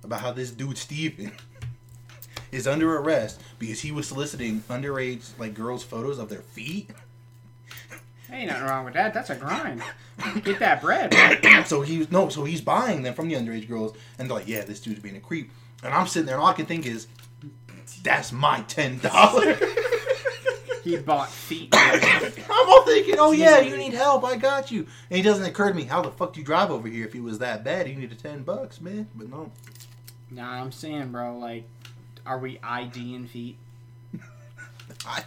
S3: about how this dude, Steven, is under arrest because he was soliciting underage, like, girls' photos of their feet.
S4: Ain't nothing wrong with that. That's a grind. Get that bread.
S3: so he's no, so he's buying them from the underage girls, and they're like, "Yeah, this dude's being a creep." And I'm sitting there, and all I can think is, "That's my ten dollars."
S4: He bought feet.
S3: I'm all thinking, "Oh yeah, you need help. I got you." And it doesn't occur to me, how the fuck do you drive over here if it was that bad? You need a ten bucks, man. But no,
S4: nah, I'm saying, bro. Like, are we IDing feet?
S3: I,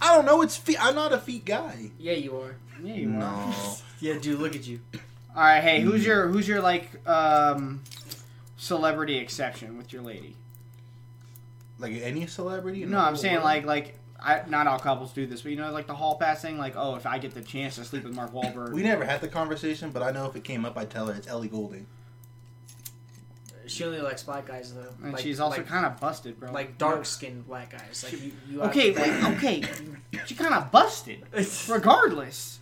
S3: I don't know. It's feet. I'm not a feet guy.
S5: Yeah, you are.
S4: Yeah, you are.
S3: No,
S5: Yeah, dude, look at you.
S4: All right, hey, who's your who's your like um celebrity exception with your lady?
S3: like any celebrity.
S4: No, I'm saying like like I, not all couples do this, but you know, like the hall pass thing. Like, oh, if I get the chance to sleep with Mark Wahlberg,
S3: We never had the conversation, but I know if it came up, I'd tell her it's Ellie Goulding.
S5: She only likes black guys though.
S4: and
S5: Like-
S4: she's also
S5: like,
S4: kind of busted, bro.
S5: like dark skinned black guys. Like you, you
S4: Okay, wait, okay, she kind of busted. Regardless,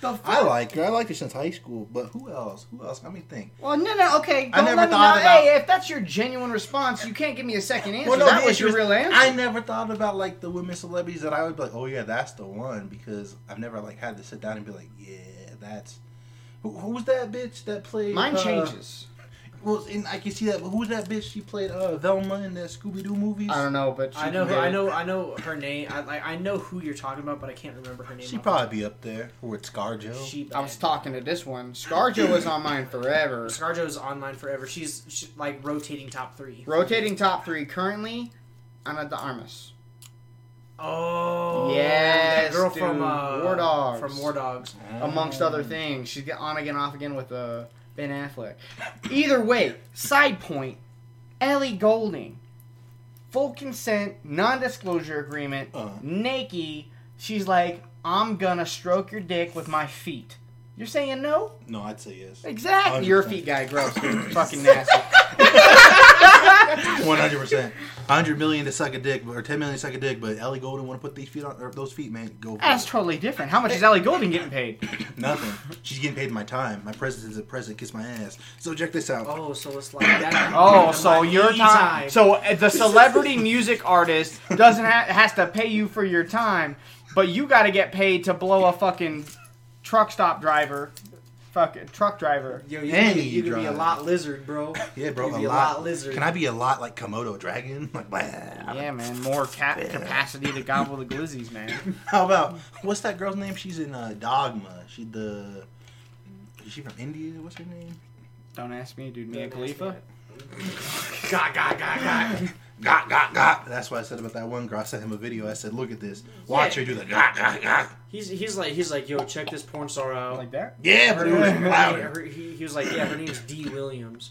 S4: the fuck?
S3: I like her. I liked her since high school. But who else? Who else? Let me think.
S4: Well, no, no, okay.
S3: I
S4: Don't
S3: never
S4: let me
S3: thought
S4: know.
S3: about-
S4: Hey, if that's your genuine response, you can't give me a second answer.
S3: Well, no,
S4: that
S3: the
S4: was
S3: issue
S4: your
S3: is
S4: real answer.
S3: I never thought about like the women celebrities that I would be like, oh yeah, that's the one because I've never like had to sit down and be like, yeah, that's who, who's that bitch that played?
S4: Mine
S3: uh,
S4: changes.
S3: Well, and I can see that. But who's that bitch? She played uh, Velma in the Scooby Doo movies.
S4: I don't know, but she
S5: I know, who,
S4: did.
S5: I know, I know her name. I like, I know who you're talking about, but I can't remember her name.
S3: She
S5: off the top
S3: probably be up there with ScarJo.
S5: of- She,
S4: I was talking to this one. ScarJo was on mine forever.
S5: ScarJo's online forever. She's she, like rotating top three.
S4: Rotating top three currently, Ana de Armas.
S5: Oh,
S4: Yes,
S5: that girl
S4: dude.
S5: from uh,
S4: War Dogs.
S5: From War Dogs.
S4: amongst other things. She's get on again, off again with uh, Ben Affleck. Either way, side point: Ellie Golding, full consent, non-disclosure agreement,
S3: Uh-huh.
S4: naked. She's like, I'm gonna stroke your dick with my feet. You're saying no?
S3: no, I'd say yes.
S4: Exactly. You're a
S3: 100%.
S4: feet guy, gross, dude. fucking nasty.
S3: One hundred percent. Hundred million to suck a dick, or ten million to suck a dick. But Ellie Golden want to put these feet on or those feet, man. Go. For
S4: That's
S3: it.
S4: totally different. How much is Ellie Golding getting paid?
S3: Nothing. She's getting paid my time. My presence is a present. Kiss my ass. So check this out.
S5: Oh, so it's like that.
S4: Oh,
S5: like
S4: so your
S5: E
S4: time. So uh, the celebrity music artist doesn't ha- has to pay you for your time, but you got to get paid to blow a fucking truck stop driver, fucking truck driver.
S5: Yo, you,
S3: And
S5: could,
S3: you
S5: you could be a
S3: drive.
S5: lot lizard, bro.
S3: Yeah, bro,
S5: you
S3: a
S5: could be
S3: lot.
S5: a lot lizard.
S3: Can I be a lot like Komodo dragon? Like, blah.
S4: Yeah, man, more cap capacity to gobble the glizzies, man.
S3: How about what's that girl's name? She's in uh, Dogma. She the. Is she from India? What's her name?
S4: Don't ask me, dude. Mia
S5: Don't ask me
S4: Khalifa.
S5: God, God, God, God.
S3: got got got. That's why I said about that one girl. I sent him a video. I said, "Look at this. Watch
S5: Yeah.
S3: her do the got got got."
S5: He's he's like he's like yo, check this porn star out.
S4: like that.
S3: Yeah, but it was
S5: Her-
S3: louder.
S5: her- he, he was like, yeah, her name's Dee Williams.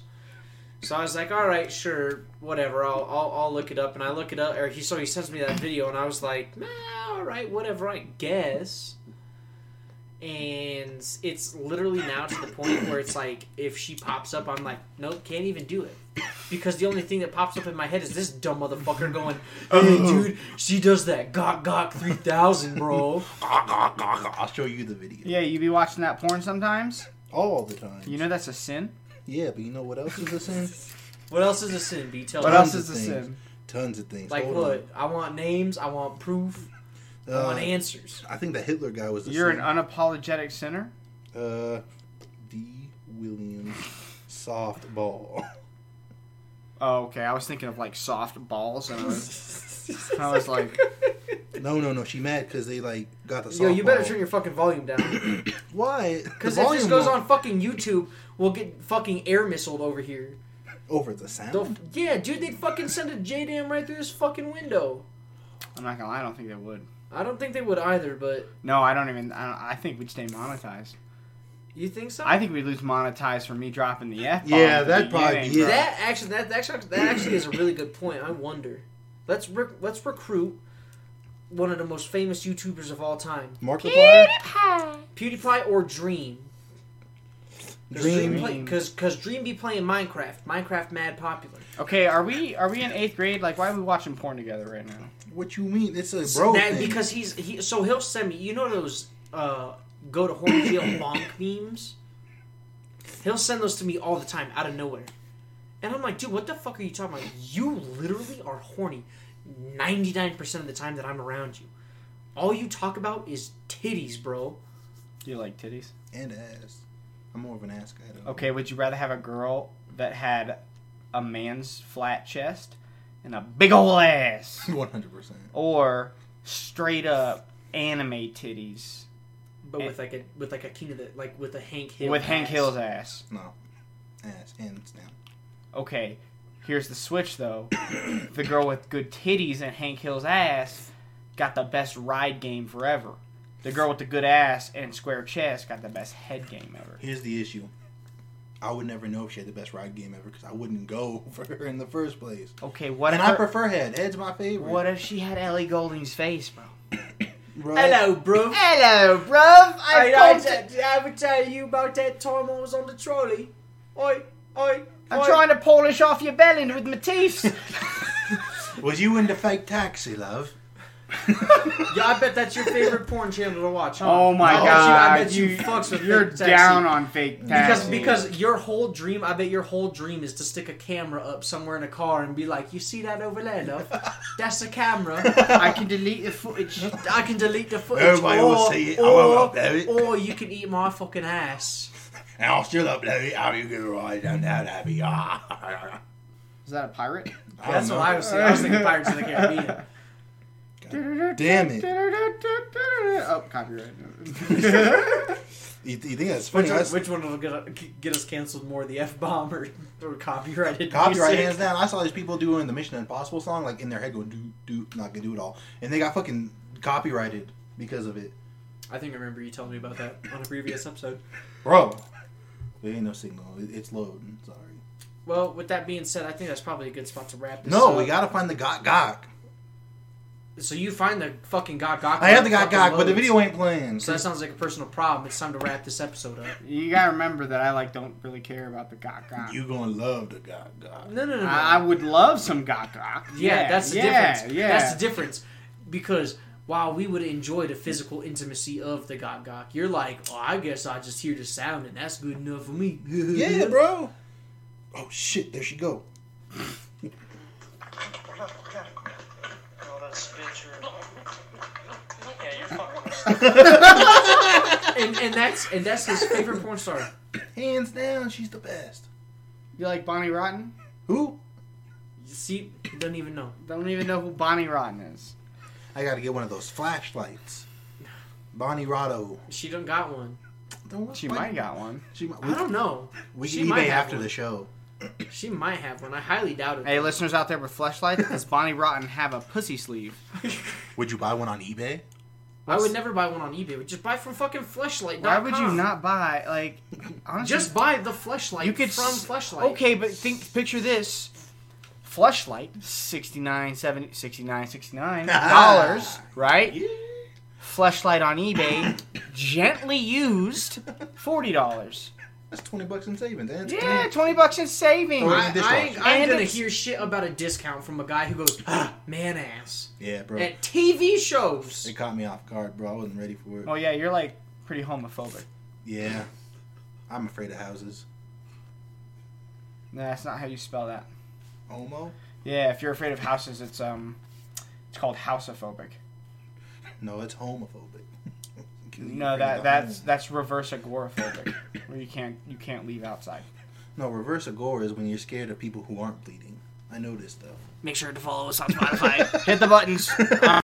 S5: So I was like, all right, sure, whatever. I'll, I'll I'll look it up, and I look it up. Or he so he sends me that video, and I was like, nah, all right, whatever, I guess. And it's literally now to the point where it's like, if she pops up, I'm like, nope, can't even do it. Because the only thing that pops up in my head is this dumb motherfucker going, hey,
S4: Uh-huh.
S5: dude, she does that gawk gawk 3000, bro.
S3: Gawk, gawk, gawk, gawk. I'll show you the video
S4: Yeah, you be watching that porn sometimes.
S3: all the time.
S4: You know that's a sin.
S3: Yeah, but you know what else is the same?
S5: What else is a sin, B? Tell
S4: What
S5: me.
S4: else
S3: Tons
S4: is a
S3: of things.
S4: sin?
S3: Tons of things.
S5: Like
S3: Hold
S5: what? I want names. I want proof.
S3: on.
S5: I
S3: Uh,
S5: want answers.
S3: I think the Hitler guy was the
S4: You're an
S3: same.
S4: unapologetic sinner.
S3: uh, D. Williams softball.
S4: Oh, okay. I was thinking of like soft balls, and I was, I was like,
S3: No, no, no. She mad because they like got the softball.
S5: Yo, you better turn your fucking volume down.
S3: Why?
S5: Because
S3: The
S5: if this
S3: volume
S5: goes
S3: won't-
S5: on fucking YouTube, we'll get fucking air missiled over here.
S3: over the sound.
S5: They'll, yeah, dude, they'd fucking send a J dam right through this fucking window.
S4: I'm not gonna lie. I don't think they would.
S5: I don't think they would either, but
S4: No, I don't even. I, don't, I think we'd stay monetized.
S5: you think so?
S4: I think we'd lose monetized for me dropping the F.
S3: Yeah, that'd probably be it.
S5: that actually, that, that actually, that actually is a really good point. I wonder. Let's rec- let's recruit one of the most famous YouTubers of all time,
S3: Markiplier.
S5: PewDiePie or Dream. Cause Dream,
S3: Dream.
S5: play, cause, cause Dream be playing Minecraft. Minecraft mad popular.
S4: Okay, are we are we in eighth grade? Like, why are we watching porn together right now?
S3: What you mean? It's a bro
S5: that,
S3: thing.
S5: Because he's he. So he'll send me. You know those uh, go to horn jail bonk memes. He'll send those to me all the time out of nowhere, and I'm like, dude, what the fuck are you talking about? You literally are horny, ninety nine percent of the time that I'm around you. All you talk about is titties, bro.
S4: Do you like titties?
S3: and ass. I'm more of an ass guy. Though.
S4: Okay, would you rather have a girl that had a man's flat chest and a big ol' ass,
S3: One hundred percent.
S4: or straight up anime titties
S5: But with like a with like a king of the like with a Hank Hill
S4: Eh. with Hank
S5: ass.
S4: Hill's ass?
S3: No, ass hands down.
S4: Okay, here's the switch though. the girl with good titties and Hank Hill's ass got the best ride game forever. The girl with the good ass and square chest got the best head game ever.
S3: Here's the issue. I would never know if she had the best ride game ever because I wouldn't go for her in the first place.
S4: Okay, what
S3: And
S4: if
S3: I
S4: her-
S3: prefer head. Head's my favorite.
S4: what if she had Ellie Golding's face, bro?
S3: Bro,
S5: Hello, bro.
S4: Hello, bro.
S5: I,
S4: I,
S5: I,
S4: am
S5: I, would tell you about that time I was on the trolley. Oi, oi. oi.
S4: trying to polish off your belly with my teeth.
S3: Was you into fake taxi, love?
S5: Yeah, I bet that's your favorite porn channel to watch. Huh?
S4: oh my
S5: I bet you-
S4: god!
S5: I bet you, fucks with
S4: are
S5: Fake Taxi.
S4: down on fake
S5: because
S4: taxi.
S5: because your whole dream, I bet your whole dream is to stick a camera up somewhere in a car and be like, "You see that over there, love? That's a camera.
S4: I can delete the footage.
S5: I can delete the footage."
S3: Everybody will
S5: or-
S3: see it. I will
S5: Or,
S3: upload it.
S5: or you can eat my fucking ass.
S3: And I'll still upload it. How you gonna ride down that happy? Ah.
S4: Is that a pirate?
S3: don't
S5: that's what
S3: know.
S5: I was thinking. I was thinking Pirates of the Caribbean.
S3: Damn it.
S4: Oh, copyright.
S3: You, you think that's funny?
S5: Which one,
S3: That's-
S5: which one will get, u- get us canceled more, the F bomb or, or copyrighted?
S3: Copyright
S5: music?
S3: hands down. I saw these people doing the Mission Impossible song, like in their head going do do not gonna do it all, and they got fucking copyrighted because of it,
S5: I think I remember you telling me about that on a previous episode.
S3: bro. There ain't no signal. It, it's loading. Sorry.
S5: Well, with that being said, I think that's probably a good spot to wrap this
S3: No,
S5: up.
S3: we gotta find the gok gok.
S5: So you find the fucking God Gok.
S3: I have the gok gok,
S5: fucking
S3: but the
S5: loads.
S3: video ain't playing.
S5: So that sounds like a personal problem. It's time to wrap this episode up.
S4: You gotta remember that I like don't really care about the gok gok.
S3: you gonna love the gok gok.
S5: No, no, no, no.
S4: I I would love some gok gok.
S5: Uh, yeah, that's the
S4: yeah,
S5: difference.
S4: Yeah,
S5: That's the difference. Because while we would enjoy the physical intimacy of the God Gok, you're like, oh, I guess I just hear the sound and that's good enough for me.
S3: Yeah, bro. Oh shit! There she go.
S6: Oh, that's bitcher. Yeah, you're fucking
S5: And, and that's and that's his favorite porn star.
S3: Hands down, she's the best.
S4: You like Bonnie Rotten?
S3: Who?
S5: See, he doesn't even know.
S4: Don't even know who Bonnie Rotten is.
S3: I gotta get one of those flashlights. Bonnie Rotto.
S5: She done got one.
S3: Don't look
S4: She
S3: like-
S4: might got one.
S3: She might.
S5: I don't know.
S3: We
S5: She
S3: can
S5: might
S3: eBay
S5: have
S3: after
S5: one.
S3: the show.
S5: She might have one. I highly doubt it.
S4: Hey, listeners out there with flashlights, does Bonnie Rotten have a pussy sleeve?
S3: Would you buy one on eBay?
S5: I would never buy one on eBay. Just buy from fucking Fleshlight.
S4: Why would you not buy like? Honestly,
S5: Just buy the Fleshlight
S4: you could
S5: from
S4: s-
S5: Fleshlight.
S4: Okay, but think picture this. Fleshlight, 69 70 69 69 dollars, right? Fleshlight on eBay, gently used, forty dollars.
S3: That's twenty bucks in savings. And
S4: Yeah, twenty bucks in savings.
S3: Or-
S5: I, I, ain't- I
S4: And
S5: ain't gonna
S4: it's-
S5: hear shit about a discount from a guy who goes, ah, man ass.
S3: yeah, bro.
S5: At TV shows.
S3: It caught me off guard, bro. I wasn't ready for it.
S4: Oh yeah, you're like pretty homophobic.
S3: Yeah, I'm afraid of houses.
S4: Nah, that's not how you spell that.
S3: Homo?
S4: Yeah, if you're afraid of houses, it's um, it's called houseophobic.
S3: No, it's homophobic.
S4: No, that that's that's reverse agoraphobic, where you can't you can't leave outside.
S3: no reverse agora is when you're scared of people who aren't bleeding. I know this stuff.
S7: Make sure to follow us on Spotify.
S4: Hit the buttons.